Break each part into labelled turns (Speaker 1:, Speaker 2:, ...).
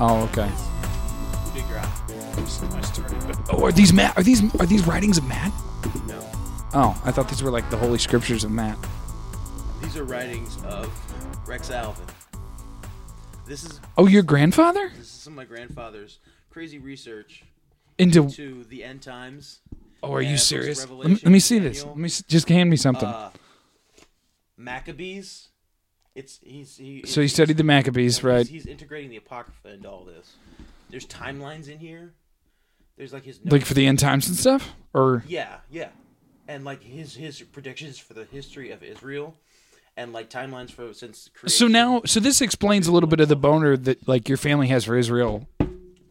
Speaker 1: Oh, okay.
Speaker 2: Oh, are these Matt? Are these are these writings of Matt? No. Oh, I thought these were like the holy scriptures of Matt.
Speaker 3: These are writings of Rex Alvin. This is
Speaker 2: Oh, your grandfather
Speaker 3: this is some of my grandfather's crazy research
Speaker 2: into?
Speaker 3: to the end times.
Speaker 2: Oh, are
Speaker 3: Yeah,
Speaker 2: you
Speaker 3: first
Speaker 2: serious? Let me,
Speaker 3: Revelation,
Speaker 2: let me see this.
Speaker 3: Daniel.
Speaker 2: Let me s- just hand me something.
Speaker 3: Uh, Maccabees. It's he's he.
Speaker 2: So he studied the
Speaker 3: yeah,
Speaker 2: Maccabees,
Speaker 3: he's-
Speaker 2: right.
Speaker 3: He's, integrating the apocrypha into all this. There's timelines in here. There's like his
Speaker 2: like
Speaker 3: notes-
Speaker 2: for the end times and stuff, or
Speaker 3: yeah yeah, and like his his predictions for the history of Israel, and like timelines for since creation.
Speaker 2: so now. So this explains a little bit of the boner that like your family has for Israel.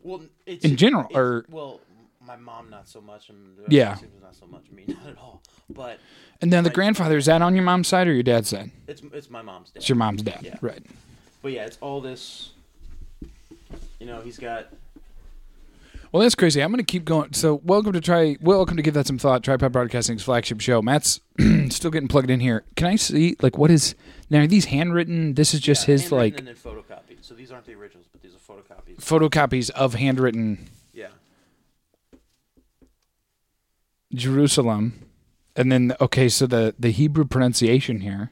Speaker 3: Well, it's,
Speaker 2: In general,
Speaker 3: it's-
Speaker 2: or-
Speaker 3: well, my mom not so much. And uh,
Speaker 2: Yeah.
Speaker 3: siblings not so much. Me not at all. But
Speaker 2: And then the grandfather is that on your mom's side or your dad's side?
Speaker 3: it's it's my mom's dad.
Speaker 2: It's your mom's dad,
Speaker 3: Yeah.
Speaker 2: right?
Speaker 3: But yeah, it's all this. You know, he's got.
Speaker 2: Well, that's crazy. I'm going to keep going. So, welcome to try. Welcome to give that some thought. Tripod Broadcasting's flagship show. Matt's still getting plugged in here. Can I see like what is now? Are these handwritten? This is just his
Speaker 3: handwritten
Speaker 2: like
Speaker 3: and then photocopied. So these aren't the originals, but these are photocopies.
Speaker 2: photocopies of handwritten
Speaker 3: Yeah.
Speaker 2: Jerusalem, and then okay, so the the Hebrew pronunciation here.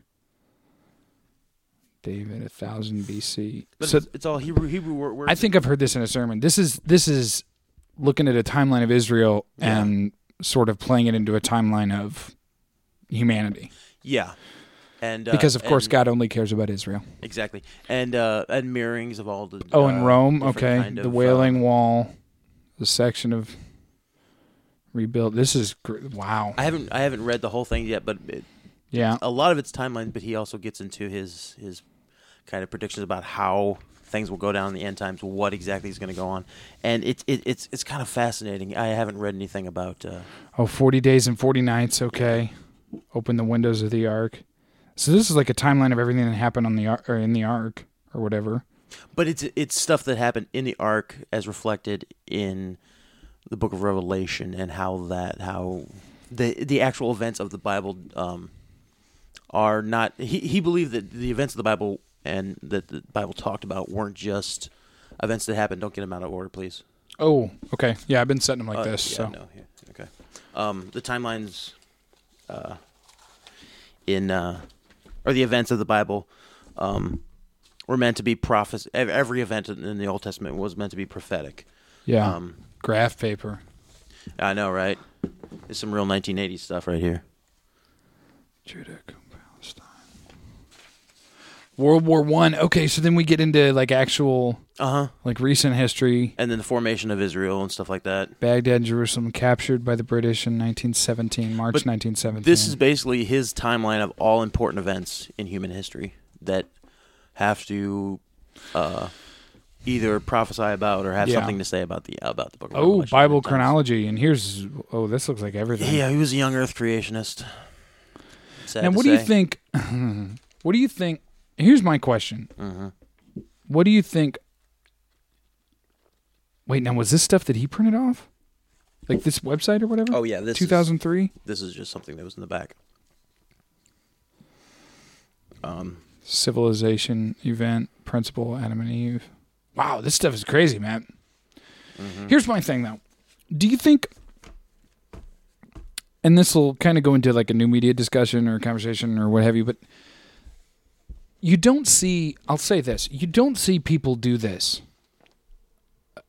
Speaker 2: David, a thousand BC. So
Speaker 3: it's all Hebrew Hebrew word, words.
Speaker 2: I think I've heard this in a sermon. This is this is looking at a timeline of Israel and sort of playing it into a timeline of humanity.
Speaker 3: yeah. And uh,
Speaker 2: because of course
Speaker 3: and-
Speaker 2: God only cares about Israel.
Speaker 3: exactly and uh and mirrorings of all the
Speaker 2: Oh,
Speaker 3: uh,
Speaker 2: and Rome,
Speaker 3: different
Speaker 2: okay,
Speaker 3: kind
Speaker 2: the
Speaker 3: of,
Speaker 2: Wailing
Speaker 3: uh,
Speaker 2: Wall, the section of rebuilt. This is gr- wow.
Speaker 3: I haven't I haven't read the whole thing yet, but it,
Speaker 2: Yeah,
Speaker 3: a lot of it's timelines, but he also gets into his his kind of predictions about how things will go down in the end times, what exactly is going to go on, and it, it it's it's kind of fascinating. I haven't read anything about. Uh,
Speaker 2: oh, 40 days and 40 nights. Okay, open the windows of the ark. So this is like a timeline of everything that happened on the ar- or in the ark or whatever.
Speaker 3: but it's it's stuff that happened in the ark as reflected in the book of revelation and how that how the the actual events of the bible um are not he, he believed that the events of the bible and that the bible talked about weren't just events that happened don't get them out of order please
Speaker 2: Oh, okay. Yeah, I've been setting them like
Speaker 3: Uh,
Speaker 2: this.
Speaker 3: yeah,
Speaker 2: so
Speaker 3: no, yeah, okay um the timelines uh in uh or the events of the bible um were meant to be prophes ev- every event in in the old testament was meant to be prophetic
Speaker 2: yeah,
Speaker 3: um
Speaker 2: graph paper.
Speaker 3: I know, right? There's some real 1980s stuff right here.
Speaker 2: Judah, Palestine. World War One. Okay, so then we get into like actual
Speaker 3: Uh huh.
Speaker 2: like recent history.
Speaker 3: And then the formation of Israel and stuff like that.
Speaker 2: Baghdad and Jerusalem captured by the British in 1917, March
Speaker 3: But
Speaker 2: 1917.
Speaker 3: This is basically his timeline of all important events in human history that have to uh, either prophesy about or have
Speaker 2: Yeah.
Speaker 3: something to say about the about the book. Of
Speaker 2: oh
Speaker 3: Revelation.
Speaker 2: Bible chronology, and here's oh this looks like everything.
Speaker 3: Yeah, he was a young Earth creationist. Sad
Speaker 2: Now,
Speaker 3: to
Speaker 2: what do you
Speaker 3: say.
Speaker 2: think? what do you think? Here's my question.
Speaker 3: Uh-huh.
Speaker 2: What do you think? Wait, now was this stuff that he printed off, like this website or whatever?
Speaker 3: Oh, yeah, this is-
Speaker 2: 2003.
Speaker 3: This is just something that was in the back. Um,
Speaker 2: civilization event principle adam and eve wow this stuff is crazy man here's my thing though do you think and this will kind of go into like a new media discussion or conversation or what have you but you don't see i'll say this you don't see people do this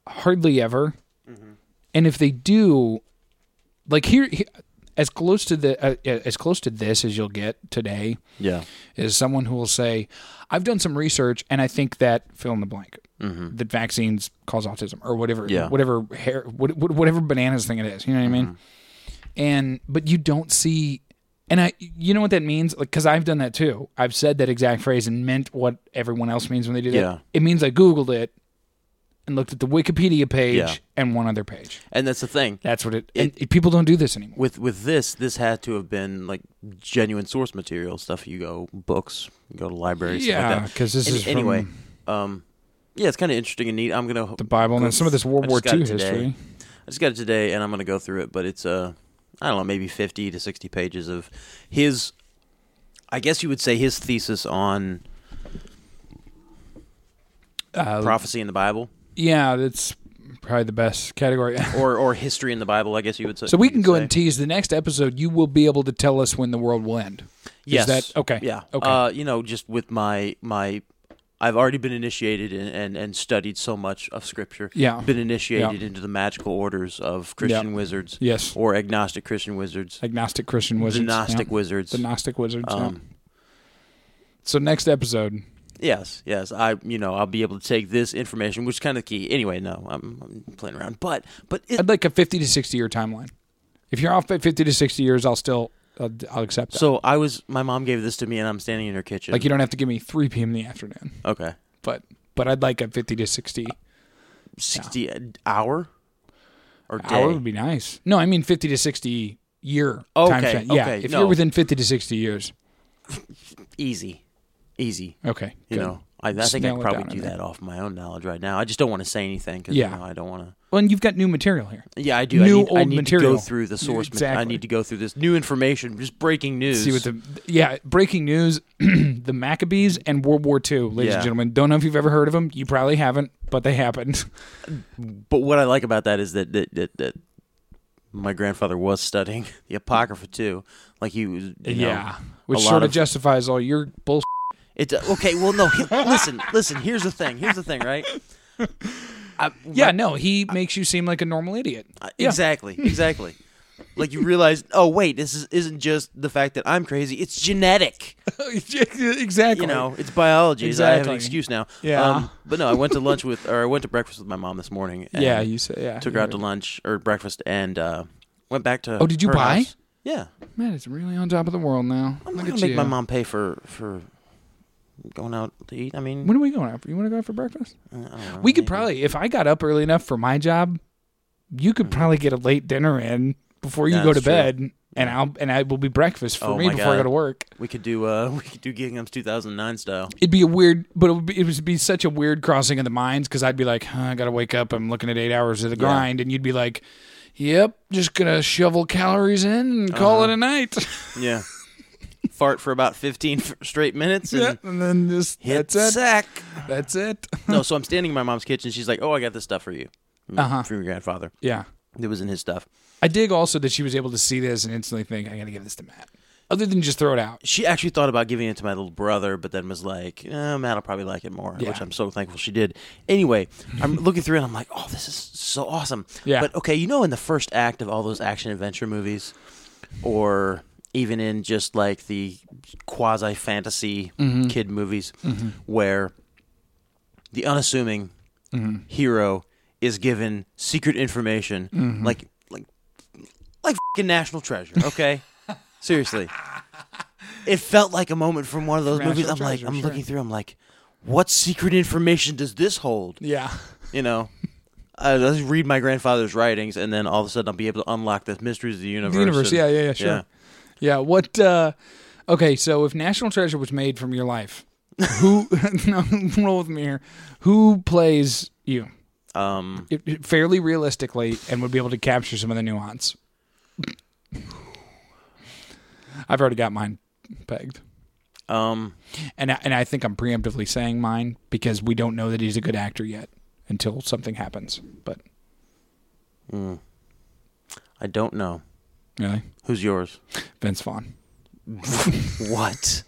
Speaker 2: hardly ever and if they do like here, he- as close to the uh, as close to this as you'll get today
Speaker 3: yeah.
Speaker 2: is someone who will say, I've done some research and I think that fill in the blank that vaccines cause autism or whatever,
Speaker 3: Mm-hmm. Yeah.
Speaker 2: whatever
Speaker 3: Mm-hmm.
Speaker 2: hair, what- what- whatever bananas thing it is. You know what I mean? And but you don't see And I, you know what that means? Like, because I've done that too. I've said that exact phrase and meant what everyone else means when they do that.
Speaker 3: Yeah.
Speaker 2: It means I Googled it and looked at the Wikipedia page
Speaker 3: Yeah.
Speaker 2: and one other page.
Speaker 3: and that's the thing.
Speaker 2: That's what it, and people don't do this anymore.
Speaker 3: with with this, this had to have been like genuine source material stuff. You go books, you go to libraries, stuff like
Speaker 2: Yeah,
Speaker 3: that.
Speaker 2: because this
Speaker 3: Any-
Speaker 2: is from
Speaker 3: anyway. Um, yeah, it's kind of interesting and neat. I'm gonna
Speaker 2: the Bible and then some of this World
Speaker 3: I
Speaker 2: War
Speaker 3: just got
Speaker 2: II
Speaker 3: it today.
Speaker 2: history.
Speaker 3: I just got it today, and I'm gonna go through it. But it's uh, I don't know, maybe 50 to 60 pages of his. I guess you would say his thesis on
Speaker 2: Uh,
Speaker 3: prophecy in the Bible
Speaker 2: yeah, that's probably the best category.
Speaker 3: or or history in the Bible. I guess you would say.
Speaker 2: so we can
Speaker 3: you'd
Speaker 2: go
Speaker 3: say.
Speaker 2: and tease the next episode. You will be able to tell us when the world will end.
Speaker 3: Yes.
Speaker 2: that- okay.
Speaker 3: Yeah.
Speaker 2: Okay.
Speaker 3: Uh, you know, just with my my, I've already been initiated and and, and studied so much of Scripture.
Speaker 2: Yeah.
Speaker 3: Been initiated
Speaker 2: Yeah.
Speaker 3: into the magical orders of Christian
Speaker 2: Yeah.
Speaker 3: wizards.
Speaker 2: Yes.
Speaker 3: Or agnostic Christian wizards.
Speaker 2: Agnostic Christian wizards.
Speaker 3: the Gnostic
Speaker 2: yeah.
Speaker 3: wizards.
Speaker 2: The Gnostic wizards. yeah.
Speaker 3: um,
Speaker 2: So next episode,
Speaker 3: Yes, yes. I, you know, I'll be able to take this information, which is kind of key. Anyway, no, I'm, I'm playing around, but but it,
Speaker 2: I'd like a fifty to sixty year timeline. If you're off by fifty to sixty years, I'll still I'll, I'll accept that.
Speaker 3: so I was. My mom gave this to me, and I'm standing in her kitchen.
Speaker 2: like you don't have to give me three p.m. in the afternoon,
Speaker 3: okay,
Speaker 2: but but I'd like a fifty to sixty
Speaker 3: sixty an hour or day.
Speaker 2: hour would be nice. No, I mean fifty to sixty year time
Speaker 3: Okay,
Speaker 2: span. Yeah,
Speaker 3: okay,
Speaker 2: if
Speaker 3: no.
Speaker 2: you're within fifty to sixty years,
Speaker 3: easy, easy.
Speaker 2: okay,
Speaker 3: You
Speaker 2: good.
Speaker 3: know, I, I think I
Speaker 2: Nail
Speaker 3: could
Speaker 2: it
Speaker 3: probably
Speaker 2: down in
Speaker 3: do
Speaker 2: there.
Speaker 3: that off my own knowledge right now. I just don't want to say anything because
Speaker 2: Yeah.
Speaker 3: you know, I don't want to.
Speaker 2: Well, and you've got new material here.
Speaker 3: Yeah, I do. I
Speaker 2: New
Speaker 3: need, I
Speaker 2: old
Speaker 3: need to
Speaker 2: material.
Speaker 3: go through the source. ma- I
Speaker 2: Exactly.
Speaker 3: need to go through this new information, just breaking news.
Speaker 2: See what the yeah breaking news: the Maccabees and World War II, ladies
Speaker 3: Yeah.
Speaker 2: and gentlemen. Don't know if you've ever heard of them. You probably haven't, but they happened.
Speaker 3: but what I like about that is that that, that, that my grandfather was studying the apocrypha too. Like he was. You know,
Speaker 2: yeah, which
Speaker 3: a lot
Speaker 2: sort of
Speaker 3: of-
Speaker 2: justifies all your bullshit.
Speaker 3: It okay. Well, no. he- listen, listen. Here's the thing. Here's the thing. Right. I,
Speaker 2: Yeah, no, he makes you seem like a normal idiot. Yeah.
Speaker 3: Exactly. Exactly. like you realize, oh wait, this is, isn't just the fact that I'm crazy. It's genetic.
Speaker 2: exactly.
Speaker 3: You know, it's biology. so I have an
Speaker 2: Exactly.
Speaker 3: excuse now. Um,
Speaker 2: Yeah.
Speaker 3: but no, I went to lunch with, or I went to breakfast with my mom this morning. And
Speaker 2: Yeah, you said. Yeah.
Speaker 3: took her out to lunch or breakfast and uh, went back to.
Speaker 2: Oh, did you
Speaker 3: her
Speaker 2: buy?
Speaker 3: house. Yeah,
Speaker 2: Man, it's really on top of the world now.
Speaker 3: I'm not
Speaker 2: Look
Speaker 3: gonna
Speaker 2: at
Speaker 3: make
Speaker 2: you.
Speaker 3: my mom pay for for going out to eat. I mean,
Speaker 2: When are we going out? for- You want to go out for breakfast?
Speaker 3: I don't know,
Speaker 2: we could
Speaker 3: maybe.
Speaker 2: probably, if I got up early enough for my job, you could probably get a late dinner in before you
Speaker 3: Mm-hmm. Yeah,
Speaker 2: go to
Speaker 3: that's true.
Speaker 2: bed, and I'll and I will be breakfast for
Speaker 3: Oh
Speaker 2: me
Speaker 3: my
Speaker 2: before
Speaker 3: God.
Speaker 2: I go to work.
Speaker 3: we could do uh we could do Gingham's 2009 style.
Speaker 2: It'd be a weird, but it would be, it would be such a weird crossing of the minds because I'd be like, huh, I gotta wake up. I'm looking at eight hours of the grind, and you'd be like, Yep, just gonna shovel calories in and call
Speaker 3: Uh-huh.
Speaker 2: it a night.
Speaker 3: Yeah, fart for about 15 f- straight minutes and
Speaker 2: yeah, and then just
Speaker 3: hit
Speaker 2: that's it.
Speaker 3: sack.
Speaker 2: That's it.
Speaker 3: no, so I'm standing in my mom's kitchen. She's like, "Oh, I got this stuff for you
Speaker 2: Uh-huh.
Speaker 3: from your grandfather.
Speaker 2: Yeah,
Speaker 3: It was in his stuff."
Speaker 2: I dig also that she was able to see this and instantly think, I gotta give this to Matt. Other than just throw it out.
Speaker 3: she actually thought about giving it to my little brother, but then was like, eh, Matt will probably like it more,
Speaker 2: Yeah.
Speaker 3: which I'm so thankful she did. Anyway, I'm looking through it and I'm like, oh, this is so awesome.
Speaker 2: Yeah.
Speaker 3: But okay, you know, in the first act of all those action adventure movies, or even in just like the quasi fantasy
Speaker 2: Mm-hmm.
Speaker 3: kid movies, where the unassuming hero is given secret information,
Speaker 2: Mm-hmm.
Speaker 3: like like like fing national treasure. Okay, seriously, it felt like a moment from one of those movies. I'm
Speaker 2: National
Speaker 3: like,
Speaker 2: Treasure,
Speaker 3: I'm
Speaker 2: sure.
Speaker 3: looking through. I'm like, what secret information does this hold?
Speaker 2: Yeah.
Speaker 3: You know. I just read my grandfather's writings, and then all of a sudden I'll be able to unlock the mysteries of the universe.
Speaker 2: The universe,
Speaker 3: and-
Speaker 2: yeah, yeah, yeah, sure. Yeah. what uh okay, so if National Treasure was made from your life, who no roll with me here. Who plays you?
Speaker 3: yeah. Um,
Speaker 2: It- it- fairly realistically and would be able to capture some of the nuance. I've already got mine pegged.
Speaker 3: um,
Speaker 2: and I, and I think I'm preemptively saying mine because we don't know that he's a good actor yet until something happens. But
Speaker 3: I don't know
Speaker 2: really,
Speaker 3: who's yours.
Speaker 2: Vince Vaughn.
Speaker 3: What?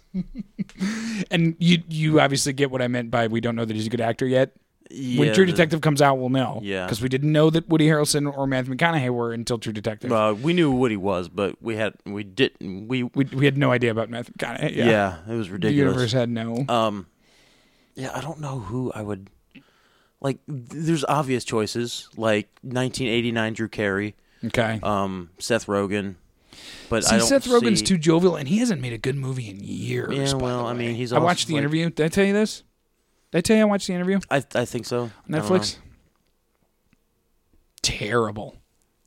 Speaker 2: And you you obviously get what I meant by we don't know that he's a good actor yet.
Speaker 3: Yeah,
Speaker 2: when True
Speaker 3: the-
Speaker 2: Detective comes out, we'll know.
Speaker 3: Yeah.
Speaker 2: because we didn't know that Woody Harrelson or Matthew McConaughey were until True Detective.
Speaker 3: Uh, we knew what he was, but we had we didn't we
Speaker 2: we we had no idea about Matthew McConaughey. Yeah,
Speaker 3: yeah, it was
Speaker 2: the
Speaker 3: ridiculous.
Speaker 2: universe had no.
Speaker 3: Um, yeah, I don't know who I would like. th- There's obvious choices like 1989 Drew Carey,
Speaker 2: okay,
Speaker 3: um, Seth Rogen, But uh, I
Speaker 2: See,
Speaker 3: don't
Speaker 2: Seth Rogen's
Speaker 3: see-
Speaker 2: too jovial, and he hasn't made a good movie in years.
Speaker 3: Yeah,
Speaker 2: by
Speaker 3: well,
Speaker 2: the
Speaker 3: I mean,
Speaker 2: way.
Speaker 3: he's
Speaker 2: I
Speaker 3: also,
Speaker 2: watched the
Speaker 3: like-
Speaker 2: interview. Did I tell you this? Did I tell you I watched the interview?
Speaker 3: I I think so. I don't know.
Speaker 2: Netflix. Terrible.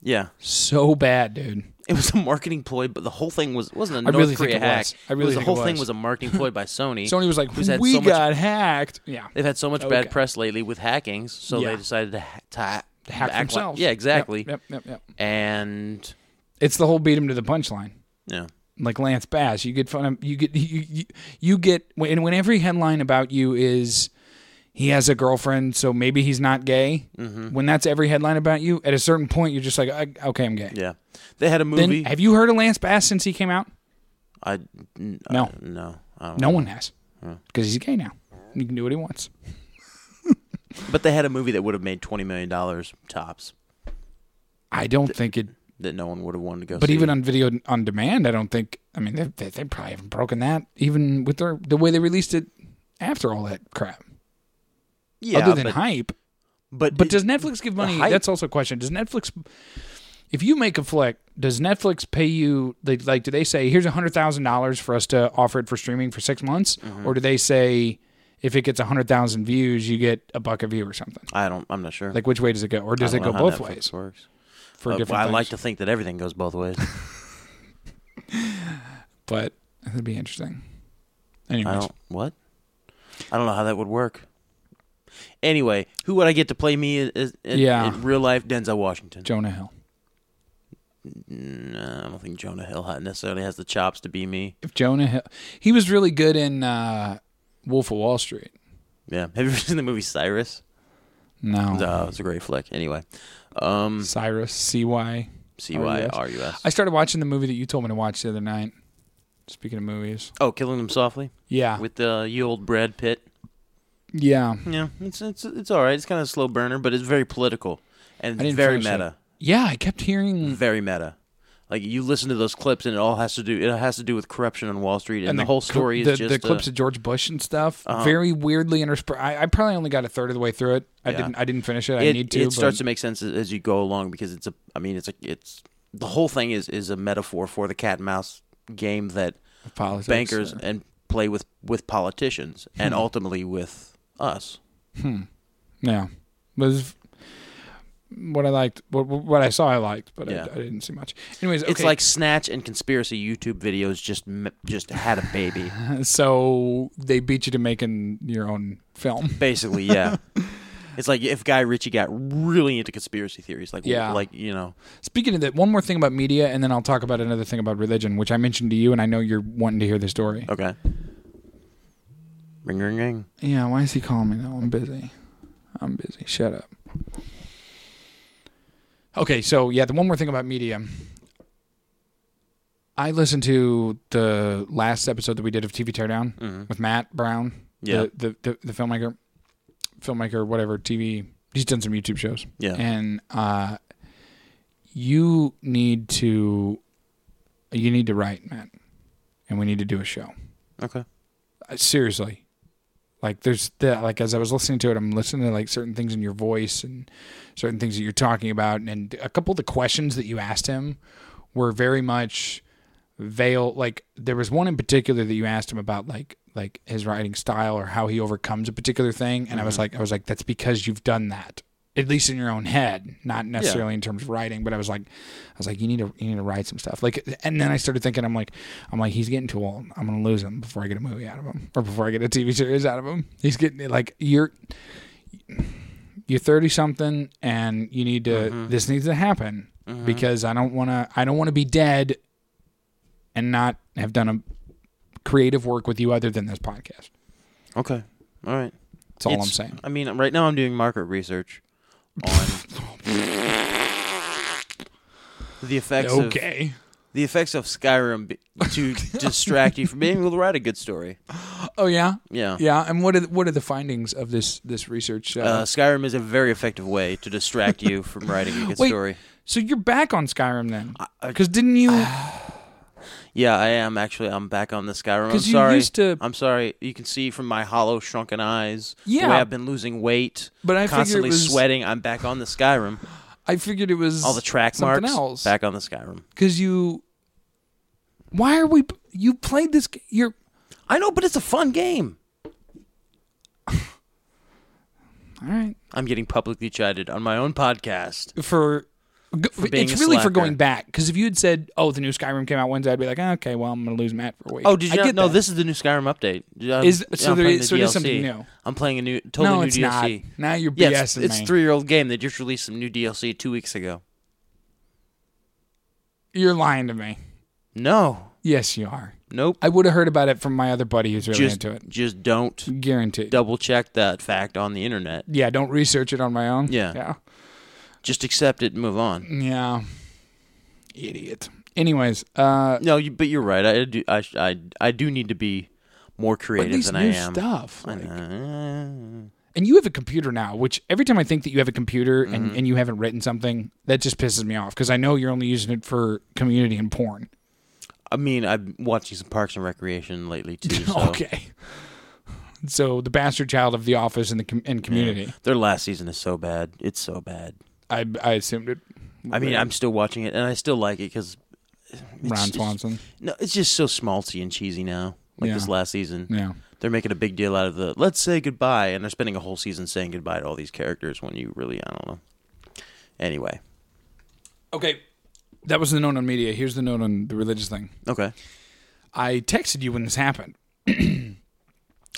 Speaker 3: Yeah,
Speaker 2: So bad, dude.
Speaker 3: it was a marketing ploy, but the whole thing was wasn't a
Speaker 2: I
Speaker 3: North
Speaker 2: really think
Speaker 3: Korea
Speaker 2: it
Speaker 3: hack.
Speaker 2: was. I really
Speaker 3: the
Speaker 2: think it
Speaker 3: whole thing
Speaker 2: was.
Speaker 3: was a marketing ploy by Sony.
Speaker 2: Sony was like,
Speaker 3: who's had
Speaker 2: "We
Speaker 3: so much-
Speaker 2: got hacked." Yeah.
Speaker 3: They've had so much bad
Speaker 2: Okay.
Speaker 3: press lately with hackings, so
Speaker 2: Yeah.
Speaker 3: they decided to, ha- to ha-
Speaker 2: Hacked
Speaker 3: act like-
Speaker 2: themselves.
Speaker 3: yeah,
Speaker 2: Yep,
Speaker 3: exactly.
Speaker 2: Yep, yep, yep.
Speaker 3: And
Speaker 2: It's the whole beat him to the punchline.
Speaker 3: yeah,
Speaker 2: like Lance Bass. You get fun. Of, you get you, you you get and when every headline about you is he has a girlfriend, so maybe he's not gay.
Speaker 3: Mm-hmm.
Speaker 2: When that's every headline about you, at a certain point, you're just like, I, okay, I'm gay.
Speaker 3: yeah, they had a
Speaker 2: Then
Speaker 3: movie.
Speaker 2: have you heard of Lance Bass since he came out?
Speaker 3: I n-
Speaker 2: No.
Speaker 3: I- no, I don't
Speaker 2: No one has, because he's gay now. He can do what he wants.
Speaker 3: But they had a movie that would have made twenty million dollars tops
Speaker 2: I don't think it.
Speaker 3: that no one would have wanted to go.
Speaker 2: But
Speaker 3: see.
Speaker 2: even on video on demand, I don't think. I mean, they, they, they probably haven't broken that even with their the way they released it after all that crap.
Speaker 3: yeah,
Speaker 2: Other than
Speaker 3: but,
Speaker 2: hype,
Speaker 3: but
Speaker 2: But
Speaker 3: it-
Speaker 2: does Netflix give money?
Speaker 3: hype-
Speaker 2: That's also a question. Does Netflix, if you make a flick, does Netflix pay you? They, like, do they say here's hundred thousand dollars for us to offer it for streaming for six months,
Speaker 3: Mm-hmm.
Speaker 2: or do they say if it gets hundred thousand views, you get a buck a view or something?
Speaker 3: I don't. I'm not sure.
Speaker 2: Like, which way does it go, or does
Speaker 3: I
Speaker 2: it
Speaker 3: don't
Speaker 2: go
Speaker 3: know how
Speaker 2: both
Speaker 3: Netflix
Speaker 2: ways
Speaker 3: Works.
Speaker 2: for
Speaker 3: Uh,
Speaker 2: different?
Speaker 3: I like
Speaker 2: things?
Speaker 3: to think that everything goes both ways.
Speaker 2: but that'd be interesting.
Speaker 3: I
Speaker 2: Anyways,
Speaker 3: don't what? I don't know how that would work. Anyway, who would I get to play me in, in, in-
Speaker 2: Yeah.
Speaker 3: in real life? Denzel Washington.
Speaker 2: Jonah Hill.
Speaker 3: Nah, I don't think Jonah Hill ha- necessarily has the chops to be me.
Speaker 2: If Jonah Hill, he was really good in uh, Wolf of Wall Street.
Speaker 3: Yeah. Have you ever seen the movie Cyrus?
Speaker 2: No,
Speaker 3: No, it's a great flick. Anyway, um,
Speaker 2: Cyrus C Y.
Speaker 3: C Y R U S.
Speaker 2: I started watching the movie that you told me to watch the other night. Speaking of movies,
Speaker 3: Oh, Killing Them Softly
Speaker 2: yeah,
Speaker 3: with the uh, you old Brad Pitt.
Speaker 2: yeah,
Speaker 3: Yeah, it's it's it's all right. It's kind of a slow burner, but it's very political and
Speaker 2: I didn't
Speaker 3: very
Speaker 2: finish it.
Speaker 3: meta.
Speaker 2: yeah. I kept hearing
Speaker 3: very meta. Like you listen to those clips, and it all has to do it has to do with corruption on Wall Street, and, the, whole story
Speaker 2: the,
Speaker 3: is just uh,
Speaker 2: the
Speaker 3: a- Uh-huh.
Speaker 2: clips of George Bush and stuff. Very weirdly interspersed. I, I probably only got a third of the way through it. I
Speaker 3: Yeah.
Speaker 2: didn't. I didn't finish it. I
Speaker 3: it,
Speaker 2: need to.
Speaker 3: it
Speaker 2: but-
Speaker 3: starts to make sense as- as you go along because it's a. I mean, it's a. It's the whole thing is is a metaphor for the cat and mouse game that
Speaker 2: Politics,
Speaker 3: bankers
Speaker 2: uh,
Speaker 3: and play with with politicians and ultimately with us.
Speaker 2: Hmm. yeah, was what I liked. What, what I saw, I liked, but
Speaker 3: Yeah.
Speaker 2: I, I didn't see much. Anyways,
Speaker 3: It's
Speaker 2: okay,
Speaker 3: like Snatch and conspiracy YouTube videos just m- just had a baby,
Speaker 2: so they beat you to making your own film.
Speaker 3: basically. Yeah. It's like if Guy Ritchie got really into conspiracy theories, like
Speaker 2: Yeah.
Speaker 3: like you know,
Speaker 2: Speaking of that, one more thing about media, and then I'll talk about another thing about religion, which I mentioned to you, and I know you're wanting to hear the story.
Speaker 3: Okay. Ring, ring, ring.
Speaker 2: Yeah, why is he calling me though? I'm busy. I'm busy. Shut up. Okay, so yeah, the one more thing about media. I listened to the last episode that we did of TV Teardown with Matt Brown,
Speaker 3: Mm-hmm. Yeah.
Speaker 2: the, the, the the filmmaker, filmmaker, whatever TV. He's done some YouTube shows,
Speaker 3: Yeah.
Speaker 2: And uh, you need to, you need to write, Matt, and we need to do a show Uh,
Speaker 3: Okay.
Speaker 2: seriously like there's that like as i was listening to it i'm listening to like certain things in your voice and certain things that you're talking about and, and a couple of the questions that you asked him were very much veil like there was one in particular that you asked him about like like his writing style or how he overcomes a particular thing and i was like i was like that's because you've done that at least in your own head not necessarily in terms of writing but i was like i was like you need to you need to write some stuff like and then i started thinking i'm like i'm like he's getting too old i'm gonna lose him before i get a movie out of him or before i get a tv series out of him he's getting like you're you're 30 something and you need to this needs to happen because i don't want to i don't want to be dead and not have done a creative work with you other than this podcast
Speaker 3: Okay. All right.
Speaker 2: that's all i'm
Speaker 3: It's-
Speaker 2: saying
Speaker 3: I mean, right now I'm doing market research on the effects of
Speaker 2: okay
Speaker 3: the effects of Skyrim be- to distract you from being able to write a good story.
Speaker 2: oh yeah
Speaker 3: Yeah.
Speaker 2: yeah and what are the, what are the findings of this this research uh,
Speaker 3: Uh, Skyrim is a very effective way to distract you from writing a good
Speaker 2: Wait.
Speaker 3: story.
Speaker 2: so you're back on skyrim then because didn't you
Speaker 3: uh, Yeah, I am actually. I'm back on the Skyrim. I'm
Speaker 2: 'Cause you
Speaker 3: sorry.
Speaker 2: used to-
Speaker 3: I'm sorry. You can see from my hollow, shrunken eyes. the
Speaker 2: Yeah.
Speaker 3: way I've been losing weight.
Speaker 2: But I figure it
Speaker 3: constantly
Speaker 2: was-
Speaker 3: sweating. I'm back on the Skyrim.
Speaker 2: i figured it was
Speaker 3: all the track
Speaker 2: something
Speaker 3: marks
Speaker 2: else
Speaker 3: back on the Skyrim.
Speaker 2: because you Why are we? You played this. g- You're.
Speaker 3: I know, but it's a fun game.
Speaker 2: All right.
Speaker 3: I'm getting publicly chided on my own podcast.
Speaker 2: for, g-
Speaker 3: being
Speaker 2: it's
Speaker 3: a
Speaker 2: really for
Speaker 3: slacker.
Speaker 2: going back because if you had said, "Oh, the new Skyrim came out Wednesday," I'd be like, "Ah, "Okay, well, I'm gonna lose Matt for a week."
Speaker 3: Oh, did you
Speaker 2: I
Speaker 3: not?
Speaker 2: get
Speaker 3: no,
Speaker 2: that.
Speaker 3: this is the new Skyrim update. Yeah, I'm-
Speaker 2: Is-
Speaker 3: yeah,
Speaker 2: so
Speaker 3: I'm
Speaker 2: there
Speaker 3: playing
Speaker 2: is-
Speaker 3: the
Speaker 2: so there's
Speaker 3: DLC.
Speaker 2: something new.
Speaker 3: I'm playing a new, totally
Speaker 2: no,
Speaker 3: new
Speaker 2: it's
Speaker 3: DLC.
Speaker 2: not. Now you're
Speaker 3: Yeah,
Speaker 2: BSing
Speaker 3: it's, it's
Speaker 2: me.
Speaker 3: three year old game. They just released some new DLC two weeks ago.
Speaker 2: You're lying to me.
Speaker 3: No,
Speaker 2: Yes, you are.
Speaker 3: nope.
Speaker 2: I would have heard about it from my other buddy who's really
Speaker 3: just
Speaker 2: into it.
Speaker 3: just don't
Speaker 2: Guaranteed.
Speaker 3: double check that fact on the internet.
Speaker 2: Yeah, don't research it on my own.
Speaker 3: Yeah.
Speaker 2: yeah,
Speaker 3: Just accept it and move on.
Speaker 2: yeah. Idiot. Anyways, uh,
Speaker 3: No, you, but you're right. I do I, sh- I, I do need to be more
Speaker 2: at
Speaker 3: creative
Speaker 2: least
Speaker 3: than
Speaker 2: new
Speaker 3: I am.
Speaker 2: stuff.
Speaker 3: I
Speaker 2: like-
Speaker 3: know.
Speaker 2: and you have a computer now, which every time I think that you have a computer
Speaker 3: Mm-hmm.
Speaker 2: and, and you haven't written something, that just pisses me off because I know you're only using it for community and porn.
Speaker 3: I mean, I've been watching some Parks and Recreation lately too. So
Speaker 2: Okay. So the bastard child of the office and the com- and community.
Speaker 3: Their last season is so bad. It's so bad.
Speaker 2: I I assumed it.
Speaker 3: I mean, I'm still watching it and I still like it because
Speaker 2: Ron Swanson.
Speaker 3: no, it's just so smalty and cheesy now. Like
Speaker 2: Yeah.
Speaker 3: this last season,
Speaker 2: Yeah.
Speaker 3: they're making a big deal out of the let's say goodbye, and they're spending a whole season saying goodbye to all these characters when you really I don't know. Anyway,
Speaker 2: Okay. That was the note on media. Here's the note on the religious thing.
Speaker 3: okay.
Speaker 2: I texted you when this happened. Remember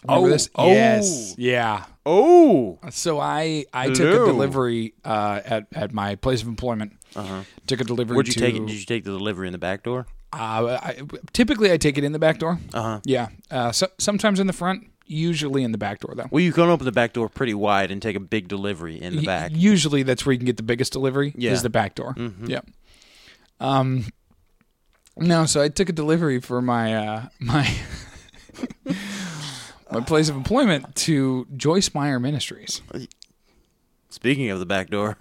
Speaker 3: Oh,
Speaker 2: this?
Speaker 3: oh.
Speaker 2: Yes. Yeah.
Speaker 3: Oh,
Speaker 2: So I I took a
Speaker 3: Hello.
Speaker 2: delivery uh, at at my place of employment. Uh-huh. Took a delivery.
Speaker 3: Where'd you
Speaker 2: to,
Speaker 3: take it? Did you take the delivery in the back door?
Speaker 2: Uh, I, typically, I take it in the back door. Uh-huh. Yeah. Uh, so, sometimes in the front. Usually in the back door though.
Speaker 3: Well, you can open the back door pretty wide and take a big delivery in the
Speaker 2: Y-
Speaker 3: back.
Speaker 2: Usually, that's where you can get the biggest delivery.
Speaker 3: Yeah. Mm-hmm.
Speaker 2: is the back door. Yep. Um, no, so I took a delivery for my uh, my my place of employment to Joyce Meyer Ministries.
Speaker 3: Speaking of the back door,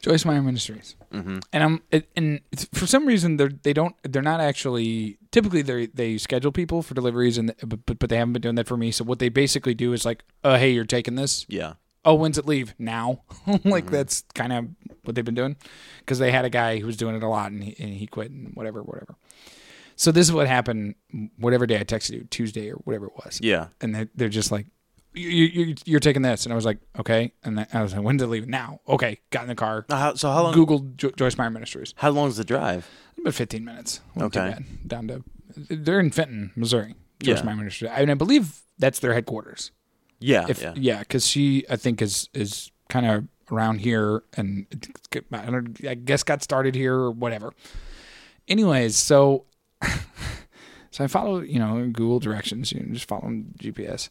Speaker 2: Joyce Meyer Ministries. Mm-hmm. And I'm it- and it's, for some reason they they don't they're not actually typically they they schedule people for deliveries and but, but but they haven't been doing that for me. So what they basically do is like, uh, hey, you're taking this.
Speaker 3: yeah,
Speaker 2: oh, when's it leave? Now. like,
Speaker 3: Mm-hmm.
Speaker 2: that's kind of what they've been doing because they had a guy who was doing it a lot and he, and he quit and whatever, whatever. So this is what happened, whatever day I texted you, Tuesday or whatever it was.
Speaker 3: yeah.
Speaker 2: And they, they're just like, you, you, you're taking this. And I was like, okay. And I was like, when's it leave? Now. Okay. Got in the car.
Speaker 3: Uh, how- so how long?
Speaker 2: Googled jo- Joyce Meyer Ministries.
Speaker 3: How long's the drive?
Speaker 2: About 15 minutes. Wasn't too
Speaker 3: Okay.
Speaker 2: bad. Down to, they're in Fenton, Missouri. Joyce
Speaker 3: Yeah.
Speaker 2: Meyer Ministries. I, and I believe that's their headquarters
Speaker 3: Yeah,
Speaker 2: if
Speaker 3: yeah.
Speaker 2: yeah, because she I think is is kind of around here and I, don't, I guess got started here or whatever. Anyways, so so I follow you know Google directions, you know, just following GPS,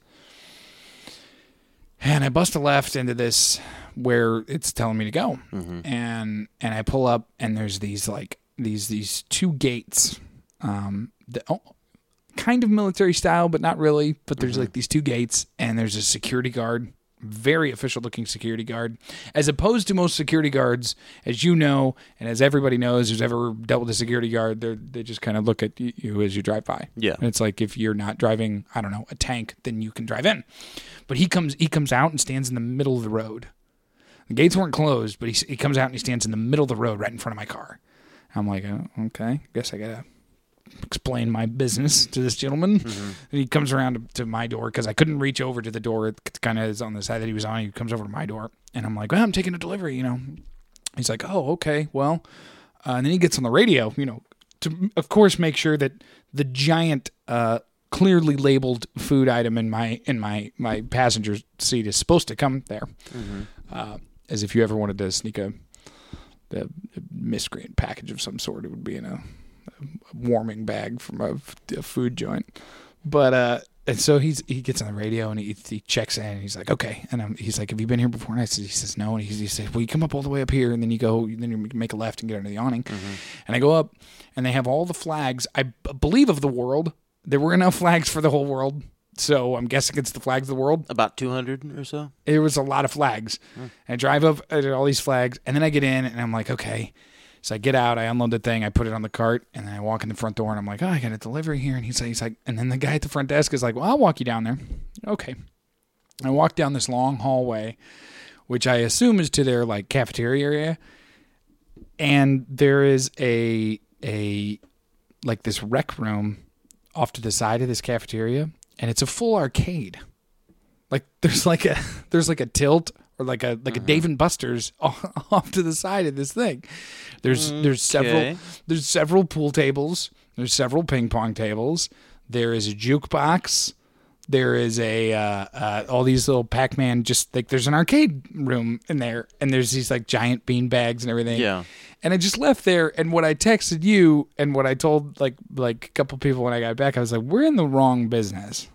Speaker 2: and I bust a left into this where it's telling me to go, and and I pull up and there's these like these these two gates, um, that, oh, kind of military style, but not really. But there's like these two gates, and there's a security guard, very official looking security guard, as opposed to most security guards, as you know, and as everybody knows who's ever dealt with a security guard, they they just kind of look at y- you as you drive by.
Speaker 3: Yeah.
Speaker 2: and it's like if you're not driving, I don't know, a tank, then you can drive in. But he comes, he comes out and stands in the middle of the road. The gates weren't closed, but he, s- he comes out and he stands in the middle of the road right in front of my car. I'm like, oh, okay, guess I gotta explain my business to this gentleman. And he comes around to, to my door because I couldn't reach over to the door. It kind of is on the side that he was on. He comes over to my door, and I'm like, well, I'm taking a delivery, you know. He's like, oh, okay, well. Uh, and then he gets on the radio, you know, to, of course, make sure that the giant, uh, clearly labeled food item in my in my my passenger seat is supposed to come there. Uh, as if you ever wanted to sneak a, a, a miscreant package of some sort, it would be in a warming bag from a, f- a food joint. But uh, and so he's he gets on the radio and he, he checks in and he's like, okay. And I'm, he's like, have you been here before? And I said, he says no. And he, he said, well, you come up all the way up here and then you go, then you make a left and get under the awning. And I go up and they have all the flags I b- believe of the world. There were enough flags for the whole world. So I'm guessing it's the flags of the world
Speaker 3: About two hundred or so.
Speaker 2: there was a lot of flags. And I drive up I did all these flags, and then I get in, and I'm like, okay. So I get out, I unload the thing, I put it on the cart, and then I walk in the front door, and I'm like, oh, I got a delivery here. And he's like, he's like, and then the guy at the front desk is like, well, I'll walk you down there. Okay. I walk down this long hallway, which I assume is to their like cafeteria area. and there is a a like this rec room off to the side of this cafeteria and it's a full arcade like there's like a there's like a tilt or like a like a Dave and Buster's off to the side of this thing. There's there's several
Speaker 3: Okay.
Speaker 2: there's several pool tables. There's several ping pong tables. There is a jukebox. There is a uh, uh, all these little Pac Man just like there's an arcade room in there and there's these like giant bean bags and everything.
Speaker 3: Yeah.
Speaker 2: And I just left there and what I texted you and what I told like like a couple people when I got back I was like we're in the wrong business.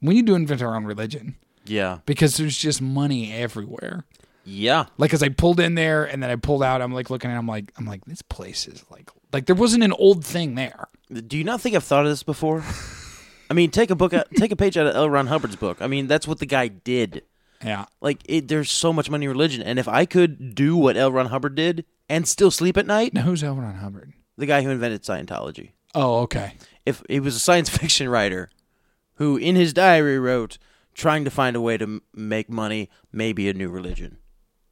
Speaker 2: We need to invent our own religion
Speaker 3: Yeah.
Speaker 2: because there's just money everywhere.
Speaker 3: Yeah.
Speaker 2: Like as I pulled in there and then I pulled out, I'm like looking and I'm like I'm like this place is like like there wasn't an old thing there.
Speaker 3: Do you not think I've thought of this before? I mean, take a book, out, take a page out of L. Ron Hubbard's book. I mean, that's what the guy did.
Speaker 2: Yeah.
Speaker 3: Like, it, there's so much money in religion, and if I could do what L. Ron Hubbard did and still sleep at night,
Speaker 2: Now who's Elron Hubbard?
Speaker 3: the guy who invented Scientology,
Speaker 2: Oh, okay.
Speaker 3: if he was a science fiction writer, who in his diary wrote, "Trying to find a way to m- make money, maybe a new religion,"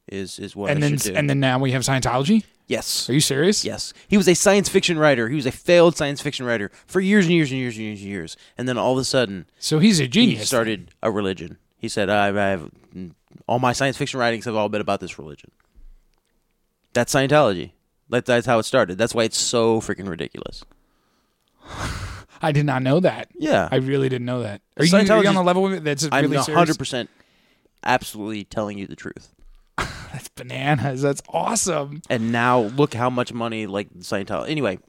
Speaker 3: is is what
Speaker 2: and
Speaker 3: I
Speaker 2: then
Speaker 3: should do.
Speaker 2: and then now we have Scientology.
Speaker 3: yes,
Speaker 2: Are you serious?
Speaker 3: Yes. He was a science fiction writer. He was a failed science fiction writer for years and years and years and years and years. And then all of a sudden,
Speaker 2: So he's a
Speaker 3: he
Speaker 2: genius.
Speaker 3: started a religion. He said, I, I have all my science fiction writings have all been about this religion. That's Scientology. That, that's how it started. That's why it's so freaking ridiculous.
Speaker 2: I did not know that.
Speaker 3: Yeah.
Speaker 2: I really didn't know that. Are you, are you
Speaker 3: Scientology-
Speaker 2: on the level with me? That's
Speaker 3: I'm
Speaker 2: really serious.
Speaker 3: 100% absolutely telling you the truth.
Speaker 2: That's bananas. That's awesome.
Speaker 3: And now look how much money, like Scientology. Anyway,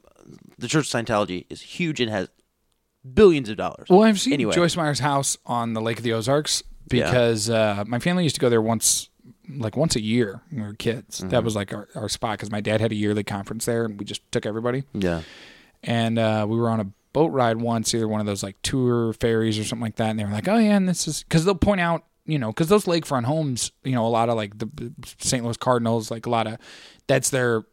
Speaker 3: the Church of Scientology is huge and has billions of dollars.
Speaker 2: Well, I've seen
Speaker 3: Anyway.
Speaker 2: Joyce Meyer's house on the Lake of the Ozarks because uh, my family used to go there once, like once a year when we were kids. That was like our, our spot because my dad had a yearly conference there and we just took everybody.
Speaker 3: Yeah.
Speaker 2: And uh, we were on a boat ride once, either one of those like tour ferries or something like that. And they were like, oh, yeah, and this is because they'll point out, you know, because those lakefront homes, you know, a lot of like the the St. Louis Cardinals, like a lot of that's their.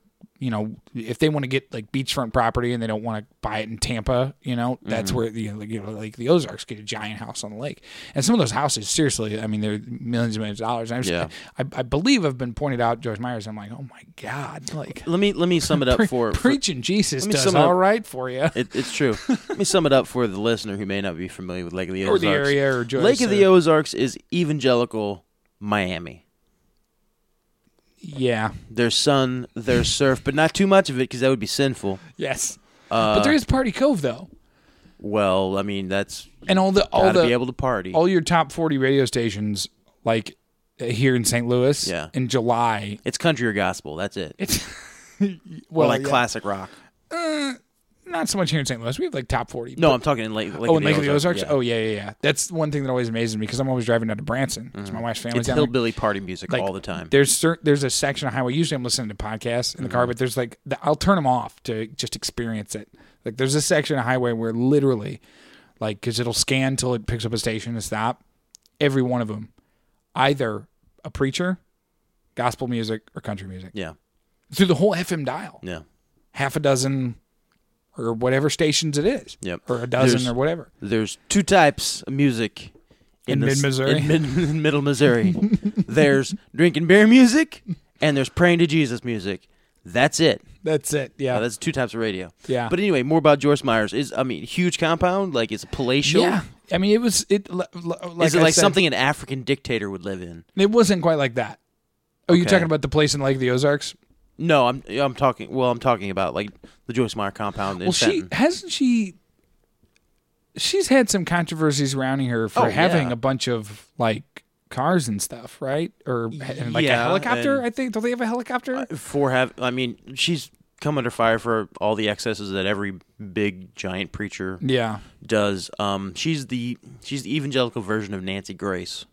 Speaker 2: You know, if they want to get like beachfront property and they don't want to buy it in Tampa, you know, that's
Speaker 3: Mm-hmm.
Speaker 2: where the you know, like, you know, like the Ozarks get a giant house on the lake. And some of those houses, seriously, I mean, they're millions and millions of dollars. And I've,
Speaker 3: Yeah.
Speaker 2: I, I believe I've been pointed out, George Myers. I'm like, oh my god, like
Speaker 3: Let me let me sum it up
Speaker 2: Pre-
Speaker 3: for, for
Speaker 2: preaching Jesus
Speaker 3: Let me
Speaker 2: does
Speaker 3: sum it up.
Speaker 2: all right for you.
Speaker 3: It, it's true. Let me sum it up for the listener who may not be familiar with Lake of the
Speaker 2: Or
Speaker 3: Ozarks.
Speaker 2: the area or Joyce
Speaker 3: Lake of the
Speaker 2: or-
Speaker 3: Ozarks is evangelical Miami.
Speaker 2: yeah.
Speaker 3: There's sun, there's surf, but not too much of it because that would be sinful.
Speaker 2: Yes.
Speaker 3: Uh,
Speaker 2: but there is Party Cove though,
Speaker 3: Well, I mean that's
Speaker 2: and all the all
Speaker 3: gotta
Speaker 2: the
Speaker 3: be able to party.
Speaker 2: all your top forty radio stations like uh, here in St. Louis.
Speaker 3: Yeah.
Speaker 2: In July,
Speaker 3: it's country or gospel. That's it.
Speaker 2: it's
Speaker 3: or
Speaker 2: well
Speaker 3: like
Speaker 2: yeah,
Speaker 3: classic rock.
Speaker 2: Not so much here in St. Louis. We have like top forty.
Speaker 3: No, I'm talking in Lake. Lake of
Speaker 2: Oh, in
Speaker 3: the
Speaker 2: Lake of the Ozarks.
Speaker 3: Ozarks.
Speaker 2: Oh, yeah, yeah, yeah. That's one thing that always amazes me because I'm always driving down to Branson. It's my wife's family.
Speaker 3: Mm. it's
Speaker 2: down there.
Speaker 3: hillbilly party music
Speaker 2: Oh, like,
Speaker 3: all the time.
Speaker 2: There's cer- there's a section of highway. Usually, I'm listening to podcasts in the
Speaker 3: Mm-hmm.
Speaker 2: car, but there's like the, I'll turn them off to just experience it. Like there's a section of highway where literally, like, because it'll scan till it picks up a station to stop. Every one of them, either a preacher, gospel music, or country music
Speaker 3: Yeah,
Speaker 2: through the whole FM dial,
Speaker 3: yeah.
Speaker 2: half a dozen, or whatever stations it is,
Speaker 3: Yep.
Speaker 2: or a dozen
Speaker 3: There's-
Speaker 2: or whatever.
Speaker 3: There's two types of music
Speaker 2: In
Speaker 3: this-
Speaker 2: mid-Missouri?
Speaker 3: In, mid, in middle Missouri, there's drinking beer music and there's praying to Jesus music. That's it.
Speaker 2: That's it. Yeah.
Speaker 3: Uh, that's two types of radio.
Speaker 2: Yeah.
Speaker 3: But anyway, more about Joyce Myers. Is I mean, huge compound. Like it's a palatial.
Speaker 2: yeah. I mean, it was it. l- l- Like
Speaker 3: Is it
Speaker 2: I
Speaker 3: like
Speaker 2: said-
Speaker 3: something an African dictator would live in?
Speaker 2: It wasn't quite like that. Oh, you're
Speaker 3: Okay.
Speaker 2: talking about the place in Lake of the Ozarks?
Speaker 3: No, I'm I'm talking. Well, I'm talking about like the Joyce Meyer compound in
Speaker 2: Well, she
Speaker 3: Fenton.
Speaker 2: hasn't she. She's had some controversies surrounding her for
Speaker 3: Oh,
Speaker 2: having
Speaker 3: yeah.
Speaker 2: a bunch of like cars and stuff, right? Or and, like
Speaker 3: Yeah,
Speaker 2: a helicopter,
Speaker 3: and-
Speaker 2: I think. Don't they have a helicopter?
Speaker 3: for have. I mean, she's come under fire for all the excesses that every big giant preacher
Speaker 2: yeah.
Speaker 3: does. Um, she's the she's the evangelical version of Nancy Grace.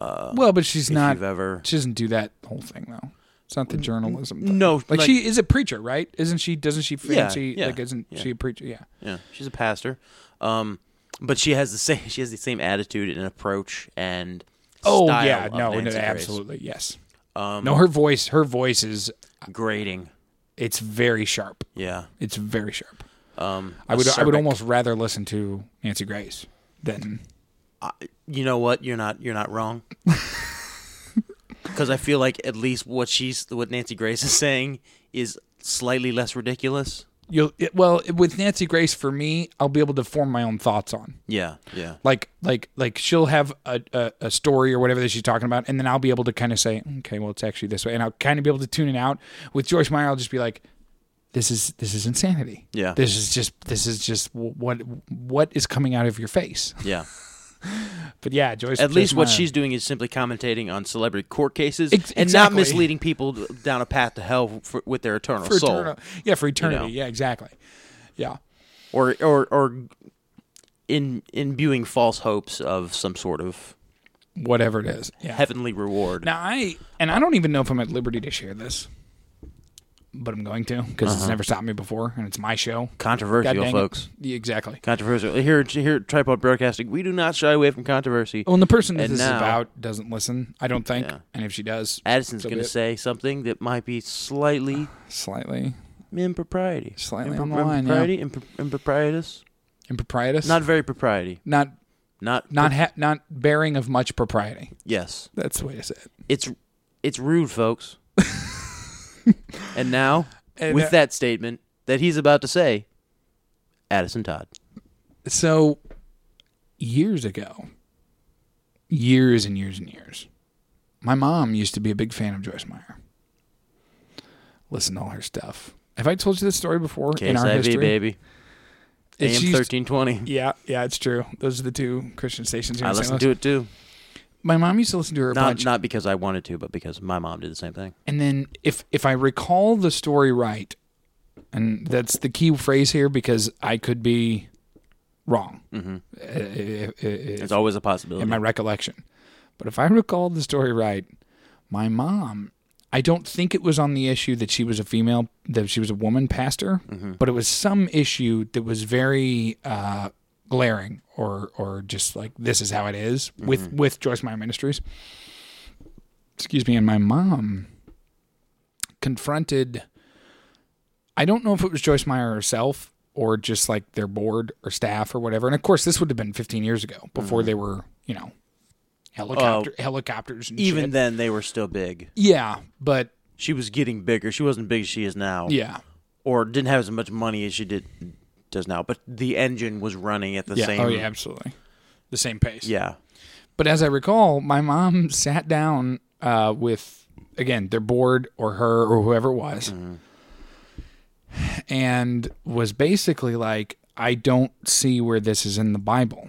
Speaker 2: well, but she's
Speaker 3: if
Speaker 2: not.
Speaker 3: you've ever-
Speaker 2: She doesn't do that whole thing though. It's not the journalism. Thing.
Speaker 3: Mm, no,
Speaker 2: like,
Speaker 3: like-
Speaker 2: she is a preacher, right? Isn't she? Doesn't she fancy?
Speaker 3: yeah,
Speaker 2: like, isn't
Speaker 3: yeah.
Speaker 2: she a preacher? Yeah.
Speaker 3: Yeah, she's a pastor. Um, but she has the same she has the same attitude and approach and
Speaker 2: Oh
Speaker 3: style
Speaker 2: yeah,
Speaker 3: of
Speaker 2: no, no,
Speaker 3: Nancy Grace. Um,
Speaker 2: absolutely, yes. no, her voice, her voice is
Speaker 3: grating.
Speaker 2: it's very sharp.
Speaker 3: Yeah,
Speaker 2: It's very sharp.
Speaker 3: um,
Speaker 2: I would I would
Speaker 3: acerbic.
Speaker 2: almost rather listen to Nancy Grace than
Speaker 3: You know what? You're not you're not wrong. because I feel like at least what she's what Nancy Grace is saying is slightly less ridiculous.
Speaker 2: You'll it, well with Nancy Grace for me, I'll be able to form my own thoughts on.
Speaker 3: Yeah, yeah,
Speaker 2: like like like she'll have a, a, a story or whatever that she's talking about and then i'll be able to kind of say okay well it's actually this way and i'll kind of be able to tune it out with joyce meyer i'll just be like this is this is insanity
Speaker 3: Yeah.
Speaker 2: this is just this is just w- what what is coming out of your face
Speaker 3: yeah.
Speaker 2: but yeah joyce
Speaker 3: At
Speaker 2: Joyce
Speaker 3: least what
Speaker 2: Meyer-
Speaker 3: she's doing is simply commentating on celebrity court cases
Speaker 2: Ex-
Speaker 3: and not
Speaker 2: exactly.
Speaker 3: misleading people down a path to hell for, with their eternal
Speaker 2: for
Speaker 3: soul,
Speaker 2: eternal, yeah for eternity
Speaker 3: know.
Speaker 2: yeah exactly yeah
Speaker 3: or or or in imbuing false hopes of some sort of
Speaker 2: whatever it is yeah
Speaker 3: heavenly reward.
Speaker 2: now i and i don't even know if i'm at liberty to share this but i'm going to because it's never stopped me before and it's my show God
Speaker 3: Controversial,
Speaker 2: dang it.
Speaker 3: Uh-huh. folks.
Speaker 2: Yeah, exactly
Speaker 3: Controversial. Here, here, at Tripod Broadcasting. We do not shy away from controversy.
Speaker 2: Well, and the person that
Speaker 3: And
Speaker 2: this is
Speaker 3: now-
Speaker 2: about doesn't listen, I don't think.
Speaker 3: Yeah.
Speaker 2: And if she does,
Speaker 3: Addison's
Speaker 2: so
Speaker 3: going
Speaker 2: be
Speaker 3: to
Speaker 2: it.
Speaker 3: say something that might be slightly
Speaker 2: slightly
Speaker 3: impropriety.
Speaker 2: Slightly
Speaker 3: Impro-
Speaker 2: on the line, yeah.
Speaker 3: Impropriety, impro- improprietous.
Speaker 2: improprietous,
Speaker 3: Not very propriety.
Speaker 2: not
Speaker 3: Not
Speaker 2: not ha- not bearing of much propriety.
Speaker 3: yes.
Speaker 2: That's the way to say it.
Speaker 3: It's it's rude, folks. and now,
Speaker 2: And,
Speaker 3: with
Speaker 2: uh,
Speaker 3: that statement that he's about to say, Addison Todd.
Speaker 2: So years ago, years and years and years, my mom used to be a big fan of Joyce Meyer. Listen to all her stuff. Have I told you this story before in our
Speaker 3: KSIV,
Speaker 2: history?
Speaker 3: baby.
Speaker 2: It-
Speaker 3: AM
Speaker 2: she used-
Speaker 3: thirteen twenty.
Speaker 2: Yeah, yeah, it's true. Those are the two Christian stations here.
Speaker 3: I
Speaker 2: in St.
Speaker 3: listened
Speaker 2: Louis.
Speaker 3: to it too.
Speaker 2: My mom used to listen to her a
Speaker 3: Not
Speaker 2: bunch.
Speaker 3: not because I wanted to, but because my mom did the same thing.
Speaker 2: And then if if I recall the story right, and that's the key phrase here because I could be wrong uh, if- if-
Speaker 3: Mm-hmm. It's always a possibility.
Speaker 2: in my recollection. But if I recall the story right, my mom, I don't think it was on the issue that she was a female, that she was a woman pastor, but it was some issue that was very uh, glaring or or just like this is how it is with with Joyce Meyer Ministries. Excuse me, and my mom confronted. I don't know if it was Joyce Meyer herself or just like their board or staff or whatever. And of course, this would have been 15 years ago
Speaker 3: Mm-hmm.
Speaker 2: before they were, you know, helicopter helicopters. And
Speaker 3: Oh. Even
Speaker 2: shit.
Speaker 3: then, they were still big.
Speaker 2: yeah, but
Speaker 3: She was getting bigger. She wasn't big as she is now.
Speaker 2: yeah,
Speaker 3: Or didn't have as much money as she did does now. But the engine was running at the
Speaker 2: yeah,
Speaker 3: same.
Speaker 2: oh yeah, absolutely, the same pace.
Speaker 3: Yeah.
Speaker 2: But as I recall, my mom sat down uh, with again their board or her or whoever it was,
Speaker 3: Mm-hmm.
Speaker 2: and was basically like, "I don't see where this is in the Bible."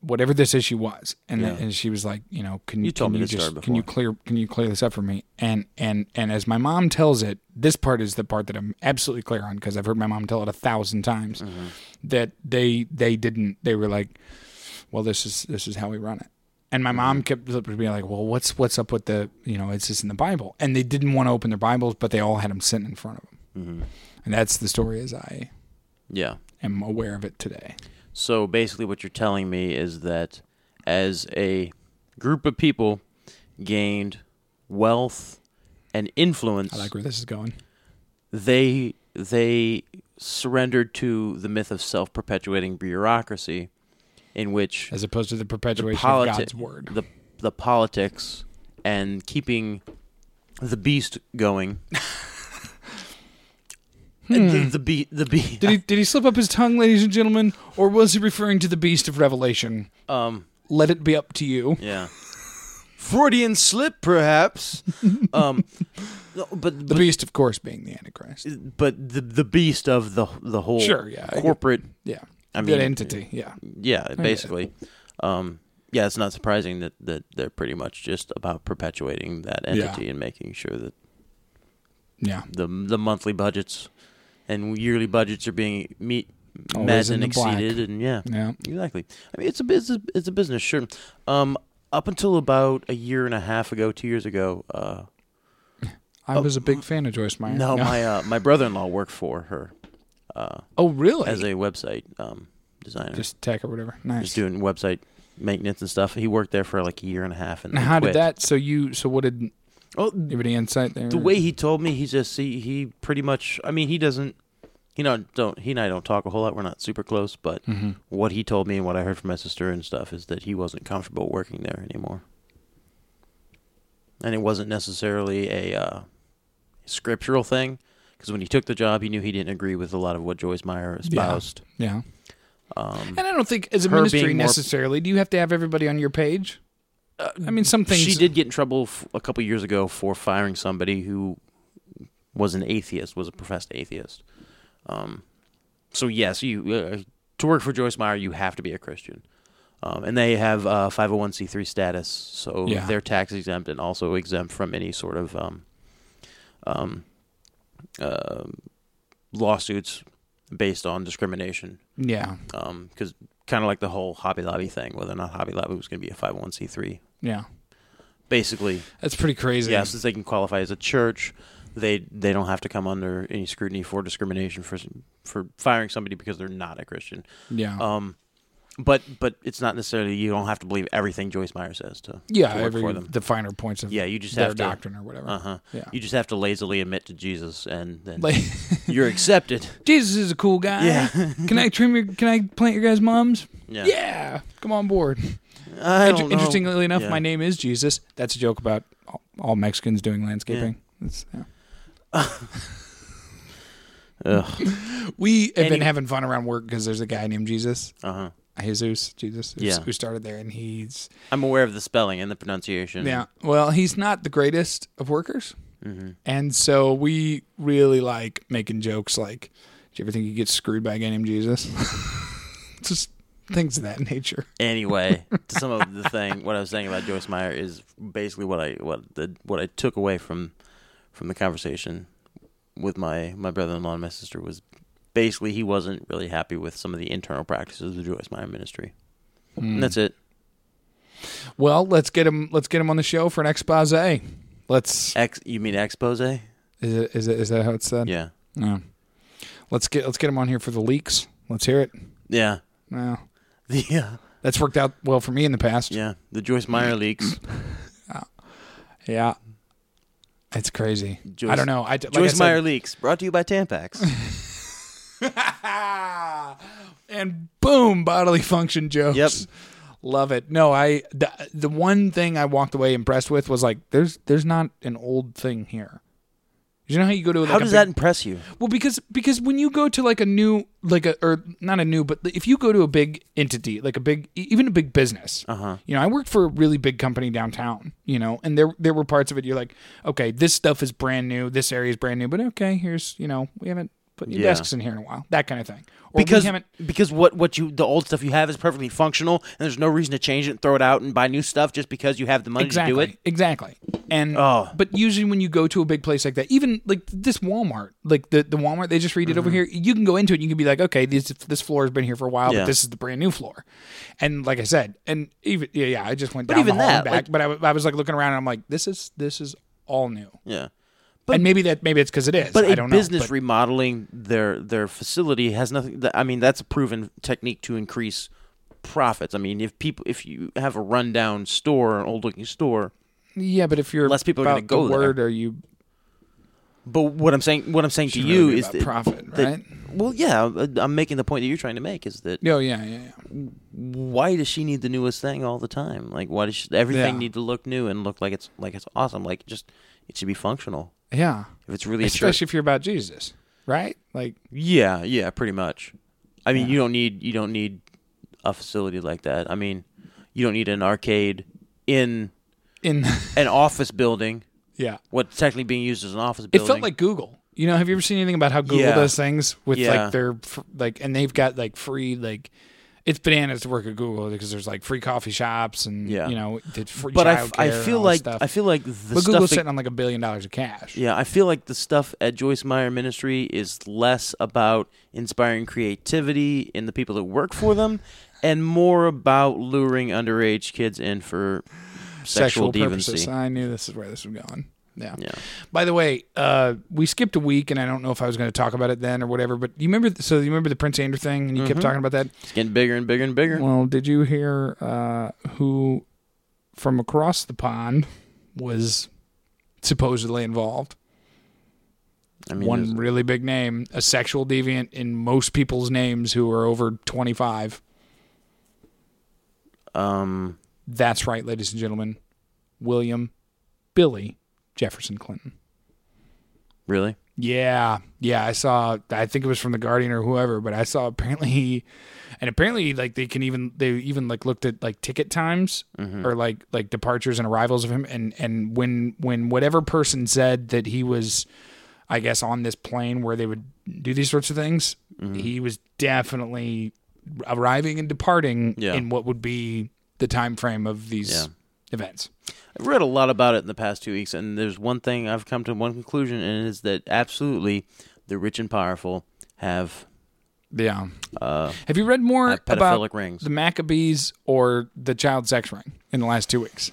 Speaker 2: Whatever this issue was, and then- and she was like, "You know, can
Speaker 3: You told
Speaker 2: can
Speaker 3: me
Speaker 2: you
Speaker 3: this story
Speaker 2: just can you
Speaker 3: before.
Speaker 2: clear can you clear this up for me?" And and and as my mom tells it, this part is the part that I'm absolutely clear on because I've heard my mom tell it a thousand times
Speaker 3: Mm-hmm.
Speaker 2: that they they didn't they were like well this is this is how we run it and
Speaker 3: Mm-hmm.
Speaker 2: my mom kept being like well what's what's up with the you know it's just in the bible and they didn't want to open their bibles but they all had them sitting in front of them
Speaker 3: Mm-hmm.
Speaker 2: and that's the story as i
Speaker 3: Yeah.
Speaker 2: am aware of it today
Speaker 3: So basically, what you're telling me is that as a group of people gained wealth and influence,
Speaker 2: i like where this is going
Speaker 3: they they surrendered to the myth of self-perpetuating bureaucracy, in which
Speaker 2: as opposed to the perpetuation
Speaker 3: politi-
Speaker 2: of god's word
Speaker 3: The the politics and keeping the beast going. Uh, The, the be the be
Speaker 2: Hmm. did he, did he slip up his tongue ladies and gentlemen or was he referring to the beast of revelation
Speaker 3: um
Speaker 2: let it be up to you
Speaker 3: yeah. Freudian slip, perhaps. um, no, but
Speaker 2: the
Speaker 3: but,
Speaker 2: beast of course being the antichrist
Speaker 3: but the the beast of the the whole
Speaker 2: Sure, yeah, I get-
Speaker 3: corporate
Speaker 2: yeah
Speaker 3: I
Speaker 2: that
Speaker 3: mean-
Speaker 2: entity yeah
Speaker 3: yeah basically. Um, yeah, it's not surprising that, that they're pretty much just about perpetuating that entity and making sure that
Speaker 2: yeah
Speaker 3: the the monthly budgets and yearly budgets are being meet met
Speaker 2: Always
Speaker 3: and
Speaker 2: in the black.
Speaker 3: exceeded and yeah
Speaker 2: Yeah.
Speaker 3: exactly i mean it's a business it's a business sure um up until about a year and a half ago two years ago uh
Speaker 2: i was a big fan of joyce meyer
Speaker 3: Oh. no, my uh, my brother-in-law worked for her uh,
Speaker 2: oh really
Speaker 3: as a website um designer just,
Speaker 2: just tech or whatever nice
Speaker 3: doing website maintenance and stuff he worked there for like a year and a half and
Speaker 2: Now,
Speaker 3: then
Speaker 2: how
Speaker 3: quit.
Speaker 2: did that? So you, so what did?
Speaker 3: oh
Speaker 2: You have any insight there?
Speaker 3: the way he told me, he just he, he pretty much. I mean, he doesn't. You know, don't he and I don't talk a whole lot. We're not super close, but
Speaker 2: Mm-hmm.
Speaker 3: what he told me and what I heard from my sister and stuff is that he wasn't comfortable working there anymore. and it wasn't necessarily a uh, scriptural thing because when he took the job, he knew he didn't agree with a lot of what Joyce Meyer espoused. Um,
Speaker 2: Yeah. and I don't think as a
Speaker 3: Mm-hmm. her
Speaker 2: ministry
Speaker 3: being more-
Speaker 2: necessarily do you have to have everybody on your page. I mean, some things
Speaker 3: She did get in trouble f- a couple years ago for firing somebody who was an atheist, was a professed atheist. Um, so yes, you uh, to work for Joyce Meyer, you have to be a Christian, um, and they have uh, 501c3 status, so
Speaker 2: Yeah.
Speaker 3: they're tax exempt and also exempt from any sort of um, um, uh, lawsuits based on discrimination
Speaker 2: Yeah,
Speaker 3: because kind of like the whole Hobby Lobby thing, whether or not Hobby Lobby was going to be a 501c3.
Speaker 2: yeah,
Speaker 3: Basically,
Speaker 2: that's pretty crazy.
Speaker 3: yeah, since they can qualify as a church, they they don't have to come under any scrutiny for discrimination for for firing somebody because they're not a Christian.
Speaker 2: yeah,
Speaker 3: Um, but but it's not necessarily you don't have to believe everything Joyce Meyer says to
Speaker 2: yeah.
Speaker 3: to work
Speaker 2: Every
Speaker 3: for them.
Speaker 2: the finer points of
Speaker 3: yeah, you just
Speaker 2: their
Speaker 3: have to
Speaker 2: doctrine or whatever.
Speaker 3: Uh huh.
Speaker 2: Yeah.
Speaker 3: You just have to lazily admit to Jesus, and then
Speaker 2: Like
Speaker 3: you're accepted.
Speaker 2: Jesus is a cool guy.
Speaker 3: Yeah.
Speaker 2: can I trim your? Can I plant your guys' moms?
Speaker 3: Yeah.
Speaker 2: Yeah, come on board.
Speaker 3: I
Speaker 2: Inter-
Speaker 3: don't know.
Speaker 2: Interestingly enough,
Speaker 3: Yeah.
Speaker 2: my name is Jesus. That's a joke about all- all Mexicans doing landscaping. It's- yeah.
Speaker 3: Ugh.
Speaker 2: We have been
Speaker 3: Any-
Speaker 2: having fun around work because there's a guy named Jesus,
Speaker 3: Uh-huh.
Speaker 2: Jesus, Jesus, who's-
Speaker 3: Yeah.
Speaker 2: who started there, and he's
Speaker 3: I'm aware of the spelling and the pronunciation.
Speaker 2: yeah. Well, he's not the greatest of workers,
Speaker 3: Mm-hmm.
Speaker 2: and so we really like making jokes like, "Do you ever think you get screwed by a guy named Jesus?" Just things of that nature.
Speaker 3: anyway, to some of the thing, what I was saying about Joyce Meyer is basically what I what the what I took away from from the conversation with my my brother-in-law and my sister was basically he wasn't really happy with some of the internal practices of the Joyce Meyer ministry. And that's it.
Speaker 2: Mm. Well, let's get him. Let's get him on the show for an expose. Let's
Speaker 3: Ex, you mean expose?
Speaker 2: is it is it is that how it's said?
Speaker 3: Yeah,
Speaker 2: No. Let's get let's get him on here for the leaks. Let's hear it.
Speaker 3: yeah,
Speaker 2: No.
Speaker 3: the yeah,
Speaker 2: That's worked out well for me in the past.
Speaker 3: yeah. The Joyce Meyer leaks.
Speaker 2: Yeah. It's crazy. I
Speaker 3: Joyce-
Speaker 2: don't know. I d- like I
Speaker 3: Joyce
Speaker 2: said-
Speaker 3: Meyer leaks. Brought to you by Tampax.
Speaker 2: and boom, bodily function jokes.
Speaker 3: Yep.
Speaker 2: Love it. No, I the, the one thing I walked away impressed with was like there's there's not an old thing here. You know how you go to like
Speaker 3: How
Speaker 2: a
Speaker 3: does
Speaker 2: big-
Speaker 3: that impress you?
Speaker 2: Well, because because when you go to like a new like a or not a new, but if you go to a big entity, like a big e- even a big business, uh-huh. you know, I worked for a really big company downtown, you know, and there there were parts of it you're like, okay, this stuff is brand new, this area is brand new, but okay, here's you know we haven't put new
Speaker 3: Yeah.
Speaker 2: desks in here in a while, that kind of thing, or
Speaker 3: because
Speaker 2: we haven't.
Speaker 3: because what what you the old stuff you have is perfectly functional and there's no reason to change it and throw it out and buy new stuff just because you have the money
Speaker 2: Exactly.
Speaker 3: to do it.
Speaker 2: Exactly. And
Speaker 3: Oh.
Speaker 2: but usually when you go to a big place like that, even like this Walmart, like the, the Walmart they just read
Speaker 3: Mm-hmm.
Speaker 2: it over here, you can go into it and you can be like, okay, this this floor has been here for a while,
Speaker 3: Yeah.
Speaker 2: but this is the brand new floor. And like I said, and even yeah, yeah I just went down
Speaker 3: even
Speaker 2: the hall and
Speaker 3: that,
Speaker 2: back,
Speaker 3: like-
Speaker 2: but I, w- I was like looking around and I'm like, this is this is all new.
Speaker 3: Yeah.
Speaker 2: and maybe that maybe it's because it is.
Speaker 3: But
Speaker 2: I
Speaker 3: a
Speaker 2: don't
Speaker 3: business
Speaker 2: know. but-
Speaker 3: remodeling their their facility has nothing that, I mean that's a proven technique to increase profits. I mean if people if you have a rundown store, an old looking store,
Speaker 2: yeah, but if you're
Speaker 3: Less people are gonna
Speaker 2: about
Speaker 3: go
Speaker 2: the
Speaker 3: there.
Speaker 2: word, are you
Speaker 3: but what I'm saying what I'm saying to
Speaker 2: Should
Speaker 3: you
Speaker 2: really be
Speaker 3: is
Speaker 2: about
Speaker 3: that-
Speaker 2: profit,
Speaker 3: that-
Speaker 2: right?
Speaker 3: Well, yeah, I- I'm making the point that you're trying to make is that
Speaker 2: No, yeah, yeah, yeah.
Speaker 3: why does she need the newest thing all the time? Like, why does she, everything
Speaker 2: Yeah.
Speaker 3: need to look new and look like it's like it's awesome? Like, just it should be functional.
Speaker 2: Yeah.
Speaker 3: If it's really a
Speaker 2: Especially
Speaker 3: church,
Speaker 2: if you're about Jesus, right? Like
Speaker 3: yeah, yeah, pretty much. I mean, you don't need you don't need a facility like that. I mean, you don't need an arcade in
Speaker 2: in
Speaker 3: an office building.
Speaker 2: yeah.
Speaker 3: What's technically being used as an office
Speaker 2: It
Speaker 3: building?
Speaker 2: felt like Google. You know, have you ever seen anything about how Google
Speaker 3: Yeah.
Speaker 2: does things with
Speaker 3: Yeah.
Speaker 2: like their fr- like, and they've got like free like, it's bananas to work at Google because there's like free coffee shops and
Speaker 3: Yeah.
Speaker 2: you know, the free
Speaker 3: but I, f- I
Speaker 2: childcare and
Speaker 3: feel
Speaker 2: all this
Speaker 3: like
Speaker 2: stuff.
Speaker 3: I feel like the
Speaker 2: but
Speaker 3: stuff
Speaker 2: Google's
Speaker 3: that-
Speaker 2: sitting on like a billion dollars of cash.
Speaker 3: Yeah, I feel like the stuff at Joyce Meyer Ministry is less about inspiring creativity in the people that work for them and more about luring underage kids in for sexual,
Speaker 2: purposes.
Speaker 3: deviancy.
Speaker 2: I knew this is where this was going. Yeah.
Speaker 3: Yeah.
Speaker 2: By the way, uh, we skipped a week, and I don't know if I was going to talk about it then or whatever. But you remember? So you remember the Prince Andrew thing, and you
Speaker 3: Mm-hmm.
Speaker 2: kept talking about that.
Speaker 3: It's getting bigger and bigger and bigger.
Speaker 2: Well, did you hear uh, who from across the pond was supposedly involved?
Speaker 3: I mean,
Speaker 2: One
Speaker 3: there's-
Speaker 2: really big name, a sexual deviant in most people's names who are over 25.
Speaker 3: um,
Speaker 2: That's right, ladies and gentlemen. William Billy Jefferson Clinton.
Speaker 3: Really?
Speaker 2: Yeah, yeah. I saw. I think it was from the Guardian or whoever, but I saw apparently, he, and apparently, like they can even they even like looked at like ticket times
Speaker 3: Mm-hmm.
Speaker 2: or like like departures and arrivals of him, and and when when whatever person said that he was, I guess, on this plane where they would do these sorts of things,
Speaker 3: Mm-hmm.
Speaker 2: he was definitely arriving and departing
Speaker 3: Yeah.
Speaker 2: in what would be the time frame of these
Speaker 3: Yeah.
Speaker 2: events.
Speaker 3: I've read a lot about it in the past two weeks, and there's one thing I've come to one conclusion, and it is that absolutely the rich and powerful have
Speaker 2: Yeah.
Speaker 3: uh,
Speaker 2: Have you read more
Speaker 3: have
Speaker 2: about
Speaker 3: pedophilic rings.
Speaker 2: the Maccabees or the child sex ring in the last two weeks?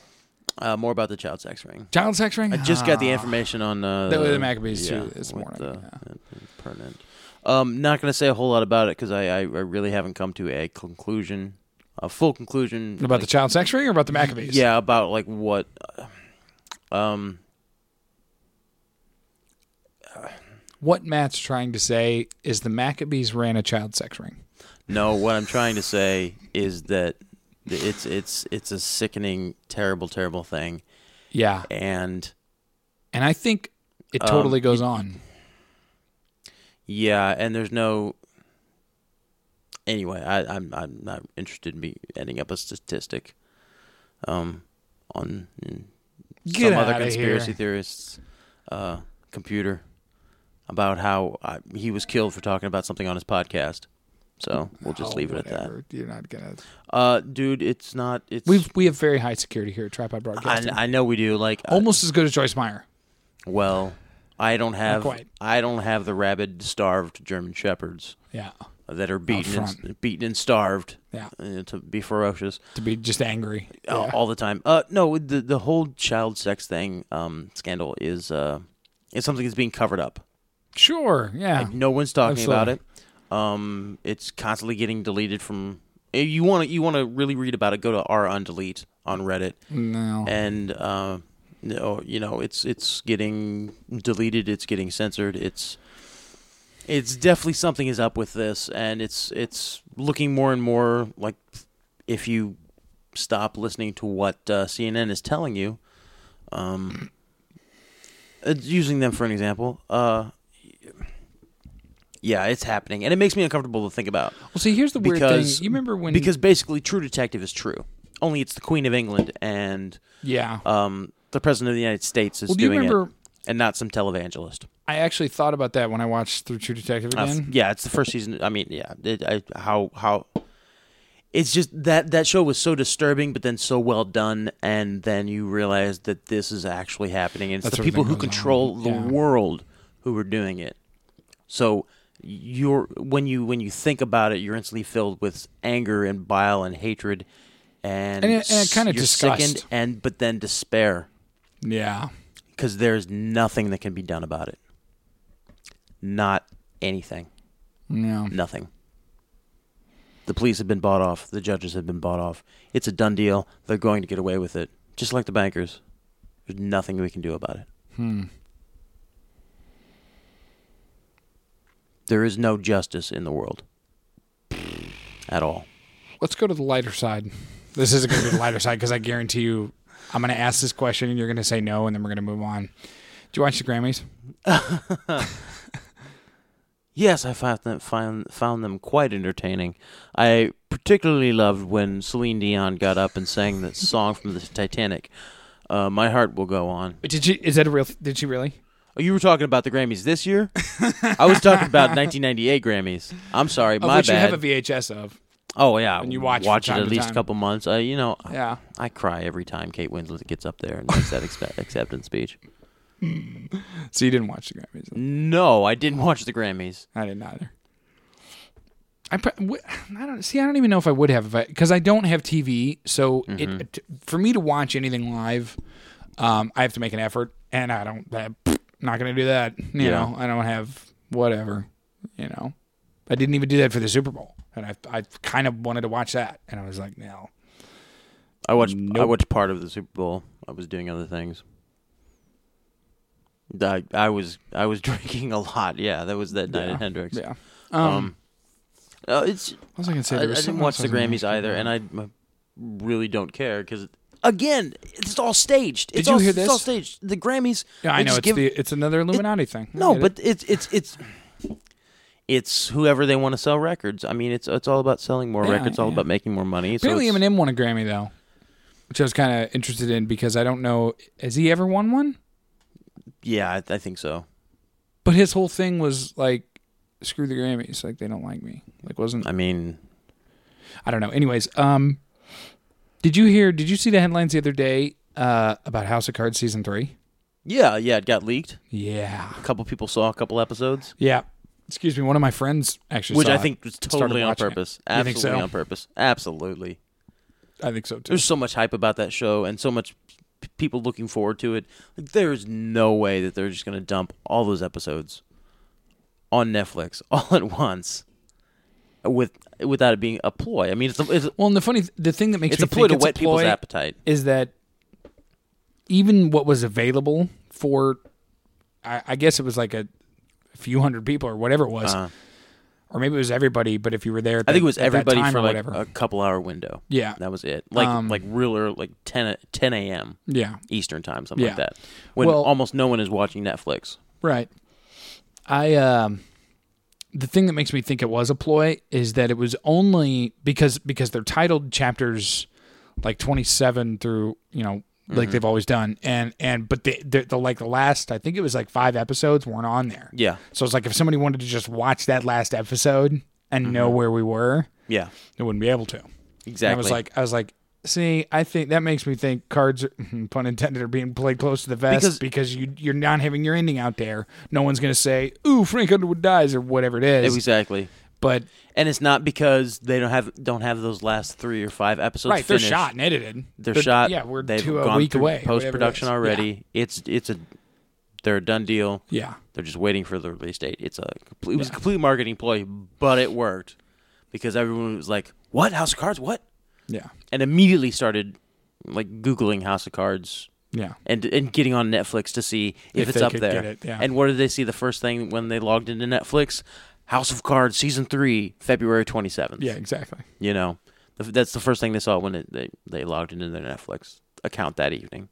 Speaker 3: Uh, more about the child sex ring.
Speaker 2: Child sex ring?
Speaker 3: I just got the information on uh,
Speaker 2: Ah. That was the Maccabees, too,
Speaker 3: yeah,
Speaker 2: this
Speaker 3: with
Speaker 2: morning,
Speaker 3: The,
Speaker 2: yeah.
Speaker 3: uh, pertinent. Um, not going to say a whole lot about it because I, I, I really haven't come to a conclusion, a full conclusion
Speaker 2: Ah. about the child sex ring or about the Maccabees?
Speaker 3: Yeah, about like what, uh, um,
Speaker 2: What Matt's trying to say is the Maccabees ran a child sex ring.
Speaker 3: No, what I'm trying to say is that it's it's it's a sickening, terrible, terrible thing,
Speaker 2: Yeah.
Speaker 3: and
Speaker 2: And I think it
Speaker 3: Um,
Speaker 2: totally goes on.
Speaker 3: yeah, and there's no. Anyway, I, I'm I'm not interested in be ending up a statistic, um, on in
Speaker 2: Get
Speaker 3: some other
Speaker 2: outta
Speaker 3: conspiracy
Speaker 2: here.
Speaker 3: theorist's uh, computer about how I, he was killed for talking about something on his podcast. So we'll just
Speaker 2: Oh,
Speaker 3: leave it at that.
Speaker 2: whatever. You're not gonna.
Speaker 3: Uh, dude, it's not. It's
Speaker 2: We've we have very high security here at Tripod Broadcasting.
Speaker 3: I, I know we do like I-
Speaker 2: Almost as good as Joyce Meyer.
Speaker 3: Well, I don't have
Speaker 2: quite.
Speaker 3: I don't have the rabid, starved German shepherds
Speaker 2: Yeah.
Speaker 3: that are beaten and,
Speaker 2: front.
Speaker 3: beaten and starved.
Speaker 2: Yeah.
Speaker 3: uh, to be ferocious
Speaker 2: To be just angry.
Speaker 3: uh, all the time. Uh, no, the the whole child sex thing um, scandal is uh, is something that's being covered up.
Speaker 2: Sure. Yeah.
Speaker 3: No one's talking about it.
Speaker 2: Absolutely.
Speaker 3: Um, it's constantly getting deleted from. If you want to you want to really read about it, go to r undelete on Reddit
Speaker 2: no.
Speaker 3: and uh, no, you know it's it's getting deleted, it's getting censored, it's it's definitely something is up with this, and it's it's looking more and more like if you stop listening to what uh, CNN is telling you, um, uh, using them for an example, uh. Yeah, it's happening, and it makes me uncomfortable to think about
Speaker 2: Well, see, here's the weird
Speaker 3: because
Speaker 2: thing. You remember when?
Speaker 3: because basically, True Detective is true. Only it's the Queen of England and
Speaker 2: yeah.
Speaker 3: um, the president of the United States is
Speaker 2: Well, do you
Speaker 3: doing
Speaker 2: remember-
Speaker 3: it, and not some televangelist.
Speaker 2: I actually thought about that when I watched Through True Detective
Speaker 3: Uh, f-
Speaker 2: again.
Speaker 3: yeah, it's the first season. I mean, yeah, it, I, how how it's just that that show was so disturbing, but then so well done, and then you realize that this is actually happening, and it's
Speaker 2: That
Speaker 3: the
Speaker 2: sort of
Speaker 3: people
Speaker 2: thing
Speaker 3: who
Speaker 2: goes on,
Speaker 3: control the
Speaker 2: yeah.
Speaker 3: world who are doing it. So you're when you when you think about it, you're instantly filled with anger and bile and hatred, and
Speaker 2: And it- and it kinda
Speaker 3: you're sickened
Speaker 2: disgust.
Speaker 3: and but then despair.
Speaker 2: yeah.
Speaker 3: because there's nothing that can be done about it. Not anything.
Speaker 2: Yeah.
Speaker 3: Nothing. The police have been bought off. The judges have been bought off. It's a done deal. They're going to get away with it, just like the bankers. There's nothing we can do about it. Hmm. There is no justice in the world at all.
Speaker 2: Let's go to the lighter side. This isn't going to be the lighter side because I guarantee you, I'm going to ask this question and you're going to say no, and then we're going to move on. Did you watch the Grammys?
Speaker 3: Yes, I found them found, found them quite entertaining. I particularly loved when Celine Dion got up and sang the song from the Titanic. Uh, My heart will go on.
Speaker 2: Did she? Is that a real? Did she really?
Speaker 3: Oh, you were talking about the Grammys this year. I was talking about 1998 Grammys. I'm sorry,
Speaker 2: Of
Speaker 3: my
Speaker 2: which you
Speaker 3: bad.
Speaker 2: have a VHS of.
Speaker 3: oh yeah,
Speaker 2: and you watch from
Speaker 3: watch it
Speaker 2: time
Speaker 3: at
Speaker 2: to
Speaker 3: least
Speaker 2: time.
Speaker 3: a couple months. Uh, you know,
Speaker 2: Yeah.
Speaker 3: I cry every time Kate Winslet gets up there and makes that expe- acceptance speech.
Speaker 2: So you didn't watch the Grammys.
Speaker 3: No, I didn't watch the Grammys.
Speaker 2: I didn't either. I, pro- w- I don't see. I don't even know if I would have if I because I don't have TV. So
Speaker 3: Mm-hmm.
Speaker 2: it, t- for me to watch anything live, um, I have to make an effort, and I don't. I'm not going to do that. You
Speaker 3: Yeah.
Speaker 2: know, I don't have whatever. You know, I didn't even do that for the Super Bowl, and I I kind of wanted to watch that, and I was like, no.
Speaker 3: I watched. I watched part of the Super Bowl. I was doing other things. I, I was I was drinking a lot. Yeah, that was that night at Hendrix.
Speaker 2: Yeah.
Speaker 3: Um, uh, it's
Speaker 2: What was I going to say?
Speaker 3: I, I
Speaker 2: There was
Speaker 3: didn't
Speaker 2: something
Speaker 3: watch
Speaker 2: else I
Speaker 3: the
Speaker 2: was gonna
Speaker 3: Grammys
Speaker 2: ask you
Speaker 3: either,
Speaker 2: about.
Speaker 3: and I m- really don't care because again, it's all staged. It's
Speaker 2: you
Speaker 3: all,
Speaker 2: hear
Speaker 3: It's all
Speaker 2: this?
Speaker 3: staged. The Grammys.
Speaker 2: Yeah,
Speaker 3: they
Speaker 2: I know
Speaker 3: just
Speaker 2: it's
Speaker 3: give-
Speaker 2: the it's another Illuminati thing. I
Speaker 3: No,
Speaker 2: get it.
Speaker 3: but it's it's it's it's whoever they want to sell records. I mean, it's it's all about selling more
Speaker 2: Yeah,
Speaker 3: records. It's all
Speaker 2: yeah.
Speaker 3: about making more money. So
Speaker 2: apparently
Speaker 3: it's-
Speaker 2: Eminem won a Grammy though, which I was kind of interested in because I don't know has he ever won one?
Speaker 3: yeah, I, I think so.
Speaker 2: But his whole thing was like, screw the Grammys, like they don't like me. Like wasn't
Speaker 3: I mean,
Speaker 2: I don't know. Anyways, um, did you hear? Did you see the headlines the other day uh, about House of Cards season three?
Speaker 3: yeah, yeah, it got leaked.
Speaker 2: Yeah,
Speaker 3: A couple people saw a couple episodes,
Speaker 2: yeah. Excuse me. One of my friends actually,
Speaker 3: which
Speaker 2: saw
Speaker 3: I
Speaker 2: it.
Speaker 3: think was
Speaker 2: Started
Speaker 3: totally on
Speaker 2: watching it.
Speaker 3: purpose.
Speaker 2: You think
Speaker 3: Absolutely
Speaker 2: so?
Speaker 3: on purpose. Absolutely.
Speaker 2: I think so too.
Speaker 3: There's so much hype about that show and so much p- people looking forward to it. Like, there's no way that they're just going to dump all those episodes on Netflix all at once with without it being a ploy. I mean, it's a, it's, a-
Speaker 2: Well, and the funny, the thing that makes
Speaker 3: it's
Speaker 2: me
Speaker 3: a ploy
Speaker 2: think
Speaker 3: to
Speaker 2: it's
Speaker 3: whet
Speaker 2: a
Speaker 3: people's
Speaker 2: ploy
Speaker 3: appetite.
Speaker 2: is that even what was available for, I, I guess it was like a few hundred people or whatever it was,
Speaker 3: Uh-huh.
Speaker 2: or maybe it was everybody. But if you were there,
Speaker 3: I think it was
Speaker 2: at that
Speaker 3: everybody
Speaker 2: time
Speaker 3: for
Speaker 2: or
Speaker 3: like
Speaker 2: whatever.
Speaker 3: a couple hour window.
Speaker 2: Yeah.
Speaker 3: that was it. Like
Speaker 2: Um,
Speaker 3: like real early, like 10, a- 10 a.m.
Speaker 2: yeah,
Speaker 3: Eastern time, something like
Speaker 2: Yeah.
Speaker 3: that. When
Speaker 2: Well-
Speaker 3: almost no one is watching Netflix.
Speaker 2: Right. I um the thing that makes me think it was a ploy is that it was only because because they're titled chapters like 27 through, you know,
Speaker 3: Mm-hmm.
Speaker 2: like they've always done and and but the, the the like the last I think it was like 5 episodes weren't on there.
Speaker 3: Yeah,
Speaker 2: So it's like if somebody wanted to just watch that last episode and know where we were,
Speaker 3: yeah,
Speaker 2: they wouldn't be able to.
Speaker 3: Mm-hmm. exactly.
Speaker 2: And I was like I was like See, I think that makes me think cards, are, pun intended, are being played close to the vest
Speaker 3: Because-
Speaker 2: because, you you're not having your ending out there. No one's gonna say, "Ooh, Frank Underwood dies" or whatever it is.
Speaker 3: exactly.
Speaker 2: but
Speaker 3: And it's not because they don't have don't have those last three or five episodes.
Speaker 2: right, they're
Speaker 3: finished.
Speaker 2: shot and edited.
Speaker 3: They're, shot.
Speaker 2: Yeah, we're
Speaker 3: they've
Speaker 2: to a
Speaker 3: gone
Speaker 2: week
Speaker 3: through
Speaker 2: away.
Speaker 3: Post production
Speaker 2: whatever it is.
Speaker 3: already. It's it's a they're a done deal.
Speaker 2: Yeah. Yeah.
Speaker 3: They're just waiting for the release date. It's a complete, it was a complete marketing ploy, but it worked because everyone was like, "What House of Cards? What?"
Speaker 2: Yeah.
Speaker 3: and immediately started like googling House of Cards
Speaker 2: Yeah.
Speaker 3: and and getting on Netflix to see if,
Speaker 2: If
Speaker 3: it's
Speaker 2: they
Speaker 3: up
Speaker 2: could
Speaker 3: there.
Speaker 2: get it, yeah.
Speaker 3: And what did they see the first thing when they logged into Netflix? House of Cards season three, February twenty seventh.
Speaker 2: Yeah. Exactly.
Speaker 3: you know, The f- that's the first thing they saw when it, they they logged into their Netflix account that evening.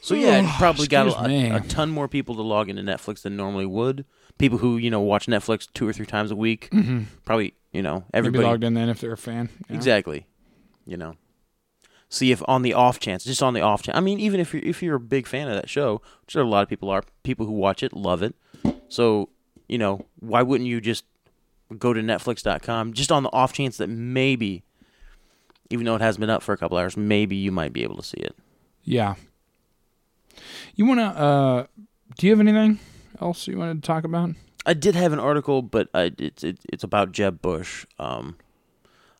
Speaker 3: So yeah, it probably got
Speaker 2: excuse
Speaker 3: a,
Speaker 2: me.
Speaker 3: a ton more people to log into Netflix than normally would. People who you know watch Netflix two or three times a week, probably you know
Speaker 2: Mm-hmm. Maybe
Speaker 3: everybody
Speaker 2: logged in then if they're a fan. Yeah.
Speaker 3: Exactly. You know. See if on the off chance, just on the off chance. I mean, even if you're if you're a big fan of that show, which a lot of people are, people who watch it love it. So, you know, why wouldn't you just go to netflix.com just on the off chance that maybe even though it has been up for a couple hours, maybe you might be able to see it.
Speaker 2: Yeah. You wanna? uh Do you have anything else you wanted to talk about?
Speaker 3: I did have an article, but I, it's it, it's about Jeb Bush. Um,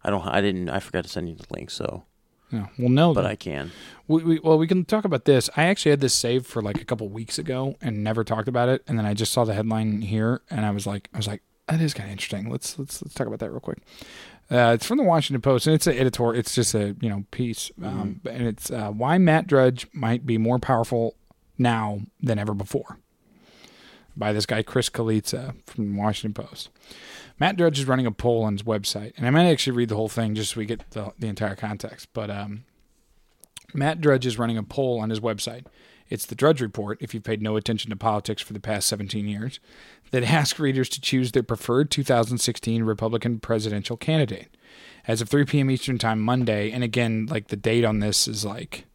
Speaker 3: I don't I didn't I forgot to send you the link, so
Speaker 2: Yeah. Well, no.
Speaker 3: but
Speaker 2: then.
Speaker 3: I can.
Speaker 2: We, we, well, we can talk about this. I actually had this saved for like a couple weeks ago and never talked about it, and then I just saw the headline here, and I was like, I was like, that is kind of interesting. Let's let's let's talk about that real quick. Uh, it's from the Washington Post, and it's an editorial. It's just a you know piece, um, and it's uh, why Matt Drudge might be more powerful now than ever before. By this guy Chris Kalitza from the Washington Post. Matt Drudge is running a poll on his website, and I might actually read the whole thing just so we get the, the entire context. But um, Matt Drudge is running a poll on his website. It's the Drudge Report, if you've paid no attention to politics for the past 17 years, that asks readers to choose their preferred 2016 Republican presidential candidate. As of 3 p.m. Eastern Time Monday, and again, like the date on this is like,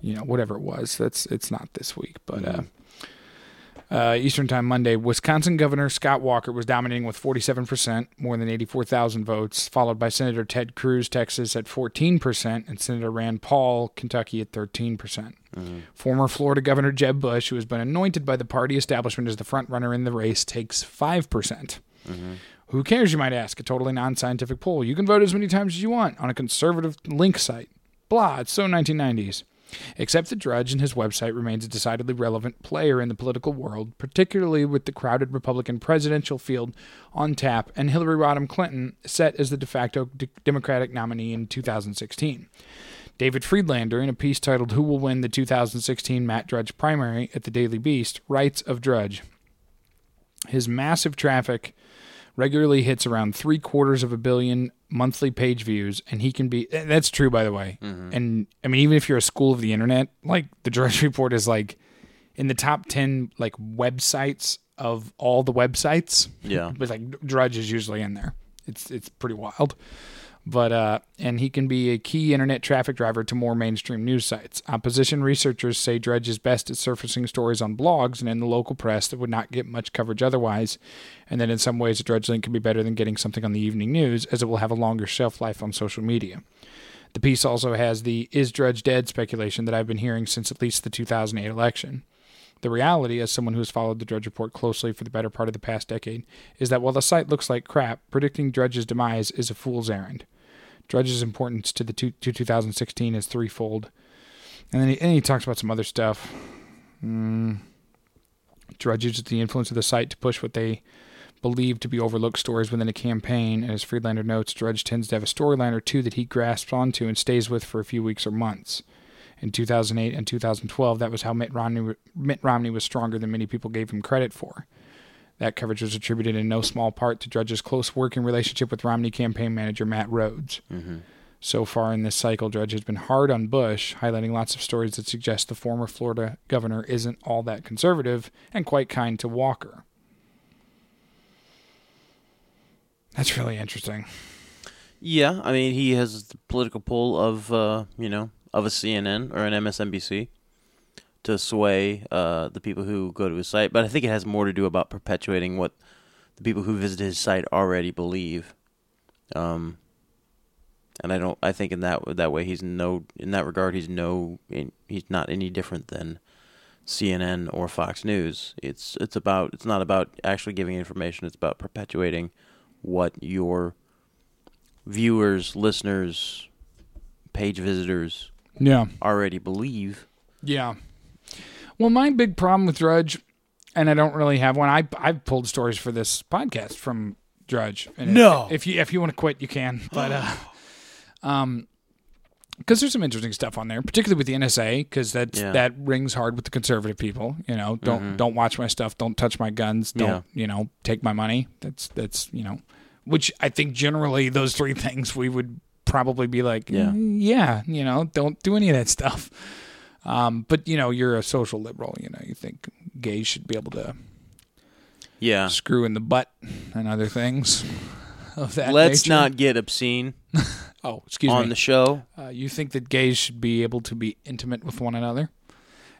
Speaker 2: you know, whatever it was. That's it's not this week, but uh, uh, Eastern Time Monday, Wisconsin Governor Scott Walker was dominating with 47%, more than 84,000 votes, followed by Senator Ted Cruz, Texas, at 14%, and Senator Rand Paul, Kentucky, at 13%. percent Former Florida Governor Jeb Bush, who has been anointed by the party establishment as the front runner in the race, takes 5%. percent Who cares, you might ask? A totally non scientific poll. You can vote as many times as you want on a conservative link site. Blah, it's so 1990s. Except that Drudge and his website remains a decidedly relevant player in the political world, particularly with the crowded Republican presidential field on tap and Hillary Rodham Clinton set as the de facto d- Democratic nominee in 2016. David Friedlander, in a piece titled Who Will Win the 2016 Matt Drudge Primary at the Daily Beast, writes of Drudge. His massive traffic regularly hits around three quarters of a billion monthly page views, and he can be. eh, That's true, by the way. And I mean, even if you're a school of the internet, like the Drudge Report is like in the top ten like websites of all the websites.
Speaker 3: Yeah.
Speaker 2: but like Drudge is usually in there. It's it's pretty wild. But uh, and he can be a key internet traffic driver to more mainstream news sites. Opposition researchers say Drudge is best at surfacing stories on blogs and in the local press that would not get much coverage otherwise, and that in some ways a Drudge link can be better than getting something on the evening news as it will have a longer shelf life on social media. The piece also has the "Is Drudge dead?" speculation that I've been hearing since at least the 2008 election. The reality, as someone who has followed the Drudge Report closely for the better part of the past decade, is that while the site looks like crap, predicting Drudge's demise is a fool's errand. Drudge's importance to the two, to 2016 is threefold. And then he, and he talks about some other stuff. Mm. Drudge uses the influence of the site to push what they believe to be overlooked stories within a campaign. And as Friedlander notes, Drudge tends to have a storyline or two that he grasps onto and stays with for a few weeks or months in 2008 and 2012. That was how Mitt Romney, Mitt Romney was stronger than many people gave him credit for. That coverage was attributed in no small part to Drudge's close working relationship with Romney campaign manager Matt Rhodes. So far in this cycle, Drudge has been hard on Bush, highlighting lots of stories that suggest the former Florida governor isn't all that conservative and quite kind to Walker. That's really interesting.
Speaker 3: Yeah, I mean, he has the political pull of uh, you know of a CNN or an MSNBC to sway uh, the people who go to his site, but I think it has more to do about perpetuating what the people who visit his site already believe. Um, and I don't. I think in that that way, he's no in that regard, he's no in, he's not any different than CNN or Fox News. It's it's about it's not about actually giving information. It's about perpetuating what your viewers, listeners, page visitors
Speaker 2: Yeah.
Speaker 3: already believe.
Speaker 2: Yeah. Well, my big problem with Drudge, and I don't really have one. I I've pulled stories for this podcast from Drudge. And
Speaker 3: No.
Speaker 2: if, if you if you want to quit, you can. But uh, um, because there's some interesting stuff on there, particularly with the NSA, because that
Speaker 3: Yeah. Mm-hmm.
Speaker 2: that rings hard with the conservative people. You know, don't don't watch my stuff, don't touch my guns, don't
Speaker 3: Yeah.
Speaker 2: you know take my money. That's that's you know, which I think generally those three things we would probably be like,
Speaker 3: Yeah.
Speaker 2: "Mm, yeah, you know, don't do any of that stuff. Um, but you know, you're a social liberal. You know, you think gays should be able to
Speaker 3: Yeah.
Speaker 2: screw in the butt and other things of that.
Speaker 3: Let's
Speaker 2: nature.
Speaker 3: not get obscene
Speaker 2: Oh, excuse
Speaker 3: on
Speaker 2: me.
Speaker 3: the show.
Speaker 2: uh, you think that gays should be able to be intimate with one another,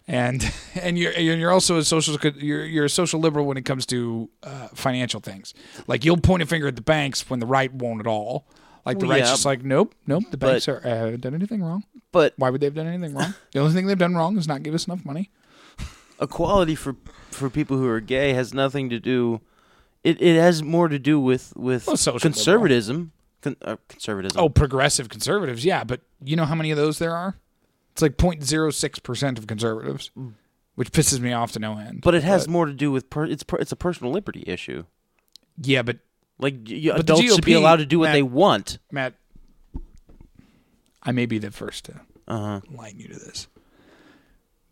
Speaker 2: and and you're and you're also a social you're you're a social liberal when it comes to uh, financial things. Like you'll point a finger at the banks when the right won't at all. Like the
Speaker 3: Well,
Speaker 2: right's
Speaker 3: yeah,
Speaker 2: just like, nope, nope. The
Speaker 3: but-
Speaker 2: banks are, uh, haven't done anything wrong.
Speaker 3: But
Speaker 2: Why would they have done anything wrong? the only thing they've done wrong is not give us enough money.
Speaker 3: equality for for people who are gay has nothing to do. It it has more to do with with
Speaker 2: Well, social
Speaker 3: conservatism. Con, uh, conservatism.
Speaker 2: Oh, progressive conservatives, yeah, but you know how many of those there are? It's like 0.06% of conservatives, which pisses me off to no end.
Speaker 3: Mm. but it has more to do with per, it's per, it's a personal liberty issue.
Speaker 2: yeah, but
Speaker 3: Like y-
Speaker 2: But the
Speaker 3: adults should be
Speaker 2: GOP
Speaker 3: allowed to do what
Speaker 2: Matt-
Speaker 3: they want.
Speaker 2: Matt, I may be the first to
Speaker 3: Uh-huh.
Speaker 2: line you to this.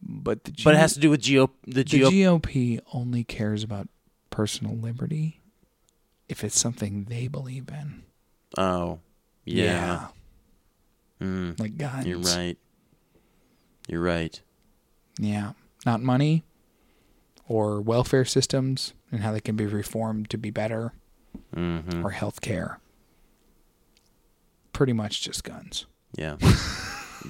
Speaker 2: But the, G-
Speaker 3: But it has to do with GO, the
Speaker 2: the
Speaker 3: GO,
Speaker 2: GOP only cares about personal liberty if it's something they believe in.
Speaker 3: Oh, yeah. Mm,
Speaker 2: Like guns.
Speaker 3: you're right. You're right.
Speaker 2: Yeah. Not money or welfare systems and how they can be reformed to be better
Speaker 3: Mm-hmm.
Speaker 2: or health care. Pretty much just guns.
Speaker 3: Yeah.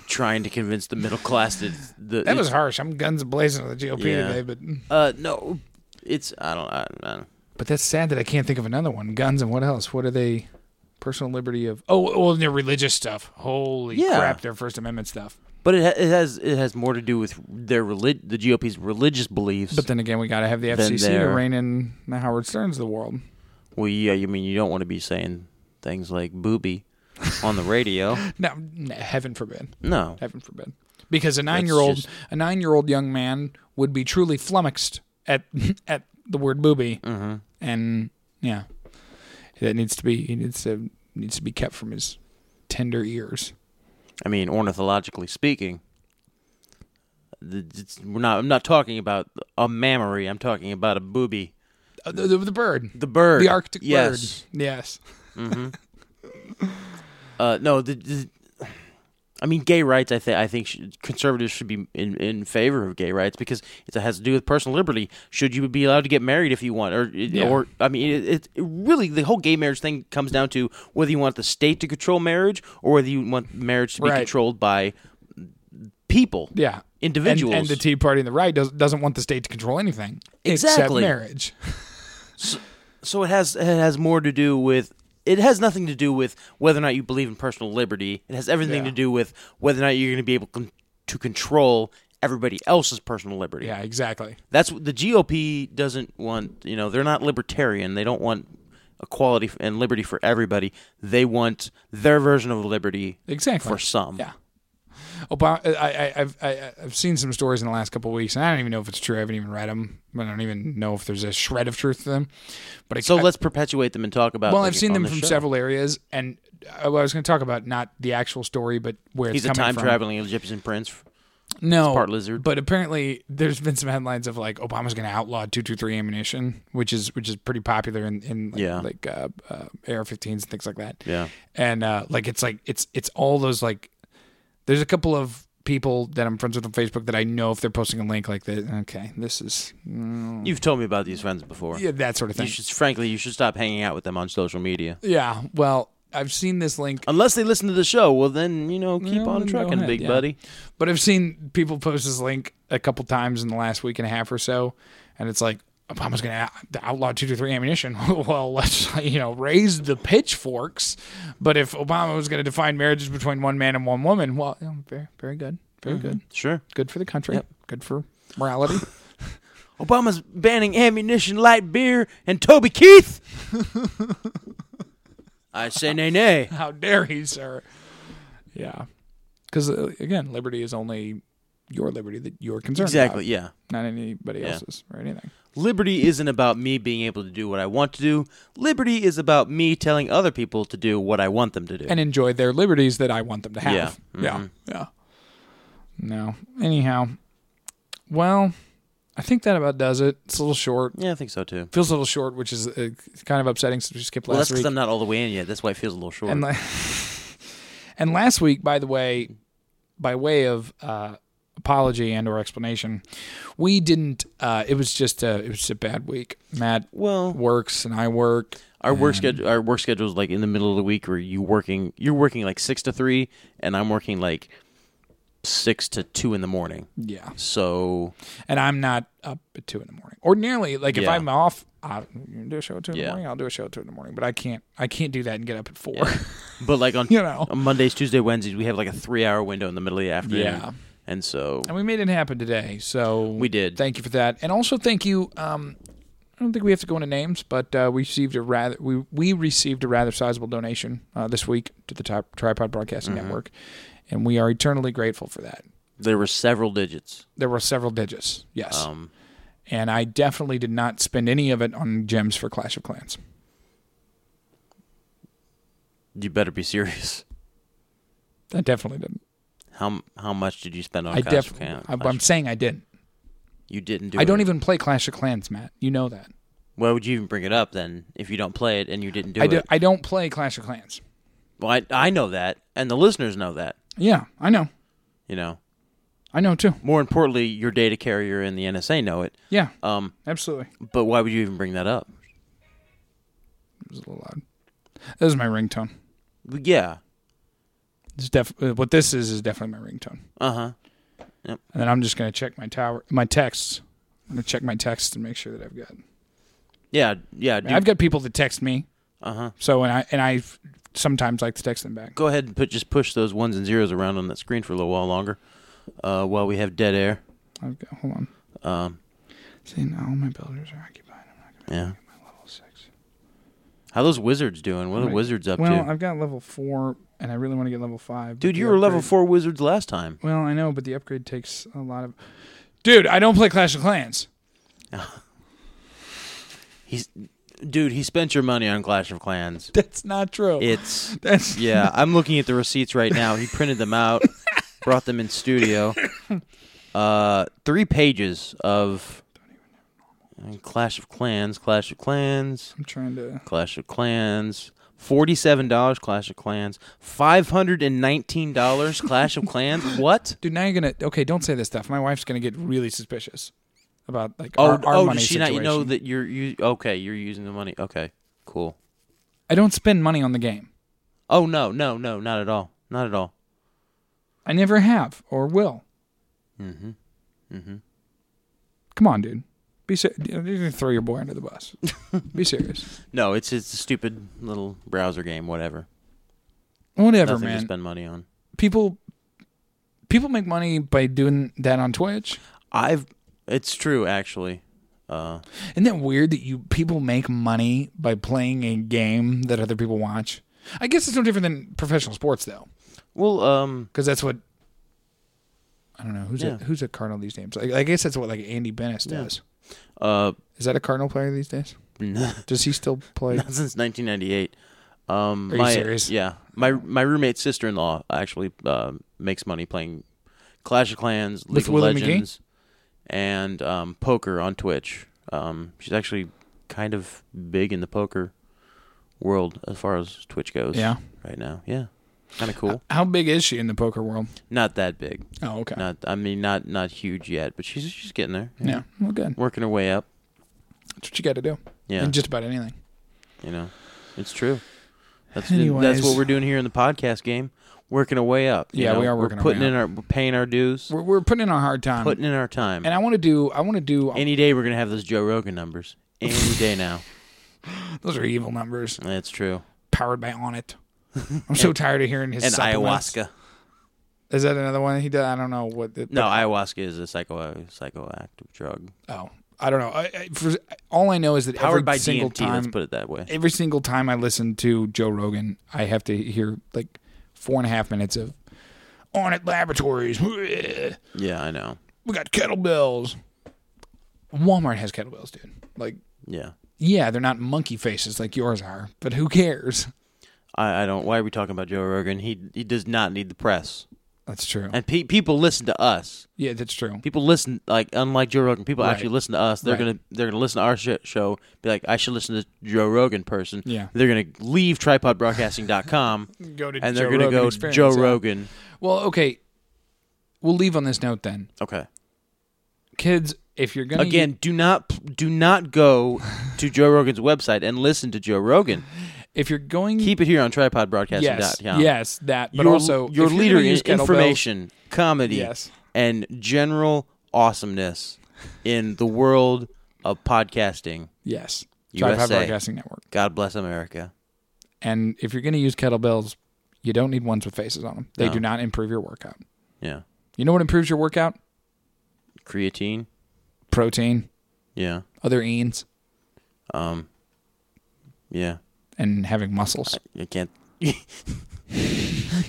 Speaker 3: Trying to convince the middle class that it's- the
Speaker 2: That was
Speaker 3: it's-
Speaker 2: harsh. I'm guns blazing with the GOP
Speaker 3: Yeah.
Speaker 2: today, but mm.
Speaker 3: uh no, it's I don't I, I don't
Speaker 2: but that's sad that I can't think of another one. Guns and what else? What are they? Personal liberty of oh, well, and their religious stuff. Holy
Speaker 3: Yeah.
Speaker 2: crap, their First Amendment stuff.
Speaker 3: but it, ha- it has it has more to do with their relig- the GOP's religious beliefs.
Speaker 2: But then again, we got to have the
Speaker 3: Then
Speaker 2: FCC to
Speaker 3: they're-
Speaker 2: rein in the Howard Stern's of the world.
Speaker 3: well, yeah, you mean you don't want to be saying things like booby on the radio?
Speaker 2: No, n- heaven forbid.
Speaker 3: No,
Speaker 2: Heaven forbid. Because a nine year old
Speaker 3: just-
Speaker 2: a nine year old young man would be truly flummoxed at at the word booby.
Speaker 3: Mm-hmm.
Speaker 2: And yeah. That needs to be he needs to needs to be kept from his tender ears.
Speaker 3: I mean ornithologically speaking. th- It's, we're not. I'm not talking about a mammary. I'm talking about a booby.
Speaker 2: Uh, the, the, the bird.
Speaker 3: The bird.
Speaker 2: The Arctic
Speaker 3: yes.
Speaker 2: bird. Yes.
Speaker 3: Uh, no, the, the, I mean, gay rights. I think I think sh- conservatives should be in, in favor of gay rights because it has to do with personal liberty. Should you be allowed to get married if you want, or or I mean, it, it, it really the whole gay marriage thing comes down to whether you want the state to control marriage or whether you want marriage to be
Speaker 2: Right.
Speaker 3: controlled by people.
Speaker 2: Yeah.
Speaker 3: Individuals.
Speaker 2: And, and the Tea Party and the right does, doesn't want the state to control anything
Speaker 3: Exactly.
Speaker 2: except marriage.
Speaker 3: So it has it has more to do with it has nothing to do with whether or not you believe in personal liberty. It has everything
Speaker 2: Yeah.
Speaker 3: to do with whether or not you're going to be able con- to control everybody else's personal liberty.
Speaker 2: Yeah, exactly.
Speaker 3: That's what the GOP doesn't want. You know, they're not libertarian. They don't want equality f- and liberty for everybody. They want their version of liberty
Speaker 2: Exactly.
Speaker 3: for some.
Speaker 2: Yeah. Obama, I, I, I've I, I've seen some stories in the last couple of weeks, and I don't even know if it's true. I haven't even read them. I don't even know if there's a shred of truth to them. But I,
Speaker 3: So
Speaker 2: I-
Speaker 3: let's perpetuate them and talk about.
Speaker 2: well,
Speaker 3: them
Speaker 2: I've seen
Speaker 3: on
Speaker 2: them
Speaker 3: this
Speaker 2: from
Speaker 3: show.
Speaker 2: several areas, and I, I was going to talk about not the actual story, but where
Speaker 3: He's
Speaker 2: it's
Speaker 3: a
Speaker 2: coming
Speaker 3: time
Speaker 2: from.
Speaker 3: traveling Egyptian prince.
Speaker 2: No,
Speaker 3: part lizard.
Speaker 2: But apparently, there's been some headlines of like Obama's going to outlaw 223 ammunition, which is which is pretty popular in in like,
Speaker 3: Yeah.
Speaker 2: like uh, uh, AR-15s and things like that.
Speaker 3: Yeah.
Speaker 2: and uh, like it's like it's it's all those like. There's a couple of people that I'm friends with on Facebook that I know if they're posting a link like this. Okay, this is
Speaker 3: You've told me about these friends before.
Speaker 2: Mm. yeah that sort of
Speaker 3: You
Speaker 2: thing.
Speaker 3: should, frankly, you should stop hanging out with them on social media.
Speaker 2: yeah, well, I've seen this link
Speaker 3: Unless they listen to the show, well then you know keep
Speaker 2: Well,
Speaker 3: on
Speaker 2: then go
Speaker 3: trucking,
Speaker 2: ahead,
Speaker 3: big
Speaker 2: yeah.
Speaker 3: buddy.
Speaker 2: But I've seen people post this link a couple times in the last week and a half or so, and it's like Obama's going to outlaw two to three ammunition. well, let's you know raise the pitchforks. But if Obama was going to define marriages between one man and one woman, well, you know, very very good, very
Speaker 3: Mm-hmm.
Speaker 2: good,
Speaker 3: Sure.
Speaker 2: good for the country, good for morality.
Speaker 3: Obama's banning ammunition, light beer, and Toby Keith. I say nay nay.
Speaker 2: How dare he, sir? Yeah, because uh, again, liberty is only your liberty that you're concerned
Speaker 3: Exactly.
Speaker 2: about,
Speaker 3: Yeah.
Speaker 2: not anybody else's or anything.
Speaker 3: Liberty isn't about me being able to do what I want to do. Liberty is about me telling other people to do what I want them to do.
Speaker 2: and enjoy their liberties that I want them to have.
Speaker 3: Yeah. Mm-hmm.
Speaker 2: Yeah. Yeah. No. Anyhow, well, I think that about does it. It's a little short.
Speaker 3: yeah, I think so too.
Speaker 2: Feels a little short, which is uh, kind of upsetting since we skipped
Speaker 3: Well, that's
Speaker 2: last
Speaker 3: because
Speaker 2: week.
Speaker 3: I'm not all the way in yet. That's why it feels a little short.
Speaker 2: And, la- and last week, by the way, by way of uh, apology and or explanation, we didn't. Uh, it was just a it was just a bad week. Matt
Speaker 3: well,
Speaker 2: works and I work.
Speaker 3: our
Speaker 2: Mm-hmm.
Speaker 3: work schedule, our work schedule is like in the middle of the week, where you working, you're working like six to three, and I'm working like six to two in the morning.
Speaker 2: Yeah.
Speaker 3: So
Speaker 2: and I'm not up at two in the morning. Ordinarily, like if
Speaker 3: Yeah.
Speaker 2: I'm off, I'll do a show at two in
Speaker 3: Yeah.
Speaker 2: the morning. I'll do a show at two in the morning, but I can't. I can't do that and get up at four.
Speaker 3: But like on
Speaker 2: You know.
Speaker 3: on Mondays, Tuesday, Wednesdays, we have like a three hour window in the middle of the afternoon.
Speaker 2: Yeah.
Speaker 3: And so
Speaker 2: and we made it happen today. So
Speaker 3: We did.
Speaker 2: Thank you for that, and also thank you. Um, I don't think we have to go into names, but uh, we received a rather we we received a rather sizable donation uh, this week to the Tri- Tripod Broadcasting
Speaker 3: Mm-hmm.
Speaker 2: Network, and we are eternally grateful for that.
Speaker 3: there were several digits.
Speaker 2: There were several digits, yes,
Speaker 3: Um,
Speaker 2: and I definitely did not spend any of it on gems for Clash of Clans.
Speaker 3: you better be serious.
Speaker 2: I definitely didn't.
Speaker 3: How how much did you spend on
Speaker 2: I
Speaker 3: Clash
Speaker 2: def-
Speaker 3: of Clans?
Speaker 2: I-
Speaker 3: Clash
Speaker 2: I'm
Speaker 3: of-
Speaker 2: saying I didn't.
Speaker 3: you didn't do.
Speaker 2: I don't
Speaker 3: it.
Speaker 2: even play Clash of Clans, Matt. You know that.
Speaker 3: Why would you even bring it up then if you don't play it and you didn't do
Speaker 2: I
Speaker 3: it?
Speaker 2: do, I don't play Clash of Clans.
Speaker 3: Well, I, I know that, and the listeners know that.
Speaker 2: Yeah, I know.
Speaker 3: You know.
Speaker 2: I know too.
Speaker 3: More importantly, your data carrier and the NSA know it.
Speaker 2: Yeah,
Speaker 3: Um,
Speaker 2: absolutely.
Speaker 3: but why would you even bring that up?
Speaker 2: It was a little loud. That was my ringtone.
Speaker 3: Yeah.
Speaker 2: It's def- uh, what this is is definitely my ringtone.
Speaker 3: Uh huh.
Speaker 2: And then I'm just gonna check my tower, my texts. I'm gonna check my texts and make sure that I've got.
Speaker 3: Yeah. Yeah. Dude,
Speaker 2: I've got people that text me.
Speaker 3: uh huh.
Speaker 2: So and I and I sometimes like to text them back.
Speaker 3: go ahead and put just push those ones and zeros around on that screen for a little while longer, uh, while we have dead air.
Speaker 2: I've got, hold on.
Speaker 3: Um,
Speaker 2: See now all my builders are occupied. I'm not gonna
Speaker 3: yeah.
Speaker 2: my level six.
Speaker 3: How those wizards doing? What are
Speaker 2: Right.
Speaker 3: wizards up
Speaker 2: well,
Speaker 3: to?
Speaker 2: I've got level four, and I really want to get level five.
Speaker 3: Dude,
Speaker 2: The
Speaker 3: you were level
Speaker 2: upgrade-
Speaker 3: four wizards last time.
Speaker 2: Well, I know, but the upgrade takes a lot of. Dude, I don't play Clash of Clans.
Speaker 3: He's, dude, he spent your money on Clash of Clans.
Speaker 2: That's not true.
Speaker 3: It's
Speaker 2: That's
Speaker 3: yeah. I'm looking at the receipts right now. He printed them out, brought them in studio. Uh, three pages of And Clash of Clans, Clash of Clans,
Speaker 2: I'm trying to.
Speaker 3: Clash of Clans. Forty-seven dollars, Clash of Clans. Five hundred and nineteen dollars, Clash of Clans. What?
Speaker 2: Dude, now you're gonna. Okay, don't say this stuff. My wife's gonna get really suspicious about like
Speaker 3: Oh,
Speaker 2: our, our
Speaker 3: oh,
Speaker 2: money
Speaker 3: does she
Speaker 2: situation.
Speaker 3: not know that you're you? Okay, you're using the money. Okay, cool.
Speaker 2: I don't spend money on the game.
Speaker 3: Oh no, no, no, not at all, not at all.
Speaker 2: I never have or will. Mm-hmm. Mm-hmm.
Speaker 3: Mm-hmm.
Speaker 2: Come on, dude. Be ser- you're gonna throw your boy under the bus. Be serious.
Speaker 3: No, it's it's a stupid little browser game, whatever.
Speaker 2: Whatever,
Speaker 3: Nothing
Speaker 2: man.
Speaker 3: to spend money on.
Speaker 2: people people make money by doing that on Twitch.
Speaker 3: I've. It's true, actually. Uh,
Speaker 2: Isn't that weird that you people make money by playing a game that other people watch? I guess it's no different than professional sports though,
Speaker 3: well, um,
Speaker 2: because that's what I don't know who's
Speaker 3: Yeah.
Speaker 2: a, who's a Cardinal these days. I, I guess that's what like Andy Bennis does.
Speaker 3: uh,
Speaker 2: Is that a Cardinal player these days? Does he still play?
Speaker 3: Not since 1998. Um,
Speaker 2: Are you
Speaker 3: my,
Speaker 2: serious?
Speaker 3: Yeah, my my roommate's sister-in-law actually uh, makes money playing Clash of Clans, League of
Speaker 2: Willie McGee?
Speaker 3: Legends, and um, poker on Twitch. Um, she's actually kind of big in the poker world as far as Twitch goes.
Speaker 2: Yeah. Uh,
Speaker 3: right now, yeah, kind of cool.
Speaker 2: How big is she in the poker world?
Speaker 3: not that big.
Speaker 2: Oh, okay.
Speaker 3: Not I mean not not huge yet, but she's she's getting there.
Speaker 2: yeah, well, good.
Speaker 3: working her way up.
Speaker 2: That's what you got to do.
Speaker 3: Yeah,
Speaker 2: in just about anything.
Speaker 3: You know, it's true. That's that's
Speaker 2: Anyways.
Speaker 3: what we're doing here in the podcast game, working our way up. you
Speaker 2: Yeah,
Speaker 3: know?
Speaker 2: we are
Speaker 3: We're
Speaker 2: working our
Speaker 3: putting
Speaker 2: way
Speaker 3: in our, we're paying our dues,
Speaker 2: We're we're putting in a hard time,
Speaker 3: putting in our time.
Speaker 2: and I want to do. I want to do.
Speaker 3: Any day we're gonna have those Joe Rogan numbers. Any day now.
Speaker 2: those are evil numbers.
Speaker 3: That's true.
Speaker 2: powered by on it. I'm so tired of hearing his
Speaker 3: And
Speaker 2: supplements.
Speaker 3: ayahuasca.
Speaker 2: Is that another one he did? I don't know what. The,
Speaker 3: No, ayahuasca is a psycho psychoactive drug.
Speaker 2: oh, I don't know. I, I, for, all I know is that every
Speaker 3: Powered by
Speaker 2: single
Speaker 3: DMT.
Speaker 2: time,
Speaker 3: Let's put it that way.
Speaker 2: every single time I listen to Joe Rogan, I have to hear like four and a half minutes of on it laboratories. We
Speaker 3: yeah, I know.
Speaker 2: got kettlebells. Walmart has kettlebells, dude. Like,
Speaker 3: Yeah,
Speaker 2: yeah, they're not monkey faces like yours are, but who cares?
Speaker 3: I, I don't. Why are we talking about Joe Rogan? He he does not need the press.
Speaker 2: That's true.
Speaker 3: And pe- people listen to us.
Speaker 2: Yeah, that's true.
Speaker 3: people listen like unlike Joe Rogan, people
Speaker 2: Right.
Speaker 3: actually listen to us. They're
Speaker 2: Right.
Speaker 3: gonna they're gonna listen to our sh- show. Be like, I should listen to Joe Rogan person.
Speaker 2: Yeah.
Speaker 3: they're gonna leave tripodbroadcasting.com
Speaker 2: Go to
Speaker 3: and they're
Speaker 2: Joe
Speaker 3: gonna
Speaker 2: Rogan
Speaker 3: go
Speaker 2: Experience,
Speaker 3: Joe
Speaker 2: yeah.
Speaker 3: Rogan.
Speaker 2: Well, okay. We'll leave on this note then.
Speaker 3: Okay.
Speaker 2: kids, if you're gonna
Speaker 3: Again, do not do not go to Joe Rogan's website and listen to Joe Rogan.
Speaker 2: if you're going
Speaker 3: Keep it here on tripodbroadcasting.com.
Speaker 2: yes, yes, that, but
Speaker 3: your,
Speaker 2: also
Speaker 3: your
Speaker 2: if you're
Speaker 3: leader
Speaker 2: gonna
Speaker 3: in
Speaker 2: use kettlebells-
Speaker 3: information, comedy,
Speaker 2: Yes.
Speaker 3: and general awesomeness in the world of podcasting.
Speaker 2: Yes,
Speaker 3: USA.
Speaker 2: Tribe High Broadcasting Network.
Speaker 3: God bless America.
Speaker 2: And if you're gonna use kettlebells, you don't need ones with faces on them. They
Speaker 3: No.
Speaker 2: do not improve your workout.
Speaker 3: Yeah.
Speaker 2: You know what improves your workout?
Speaker 3: creatine.
Speaker 2: Protein,
Speaker 3: Yeah,
Speaker 2: other eans,
Speaker 3: yeah.
Speaker 2: and having muscles.
Speaker 3: You can't.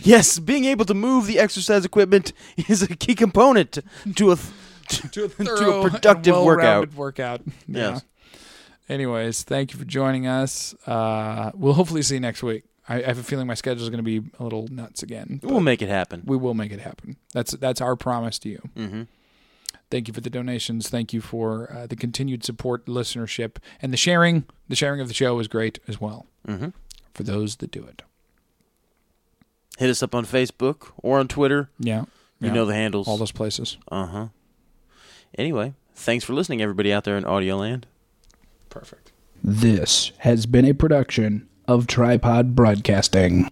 Speaker 3: yes, being able to move the exercise equipment is a key component to a th- to,
Speaker 2: Thorough and
Speaker 3: productive workout.
Speaker 2: well-rounded Workout.
Speaker 3: Yes.
Speaker 2: Yeah. Anyways, thank you for joining us. Uh, we'll hopefully see you next week. I, I have a feeling my schedule is going to be a little nuts again.
Speaker 3: We'll make it happen.
Speaker 2: we will make it happen. That's that's our promise to you.
Speaker 3: Mhm.
Speaker 2: Thank you for the donations. Thank you for uh, the continued support, listenership, and the sharing. The sharing of the show is great as well
Speaker 3: Mhm.
Speaker 2: for those that do it.
Speaker 3: Hit us up on Facebook or on Twitter.
Speaker 2: Yeah,
Speaker 3: You know the handles.
Speaker 2: all those places.
Speaker 3: uh huh. Anyway, thanks for listening, everybody out there in Audio Land.
Speaker 2: Perfect.
Speaker 4: This has been a production of Tripod Broadcasting.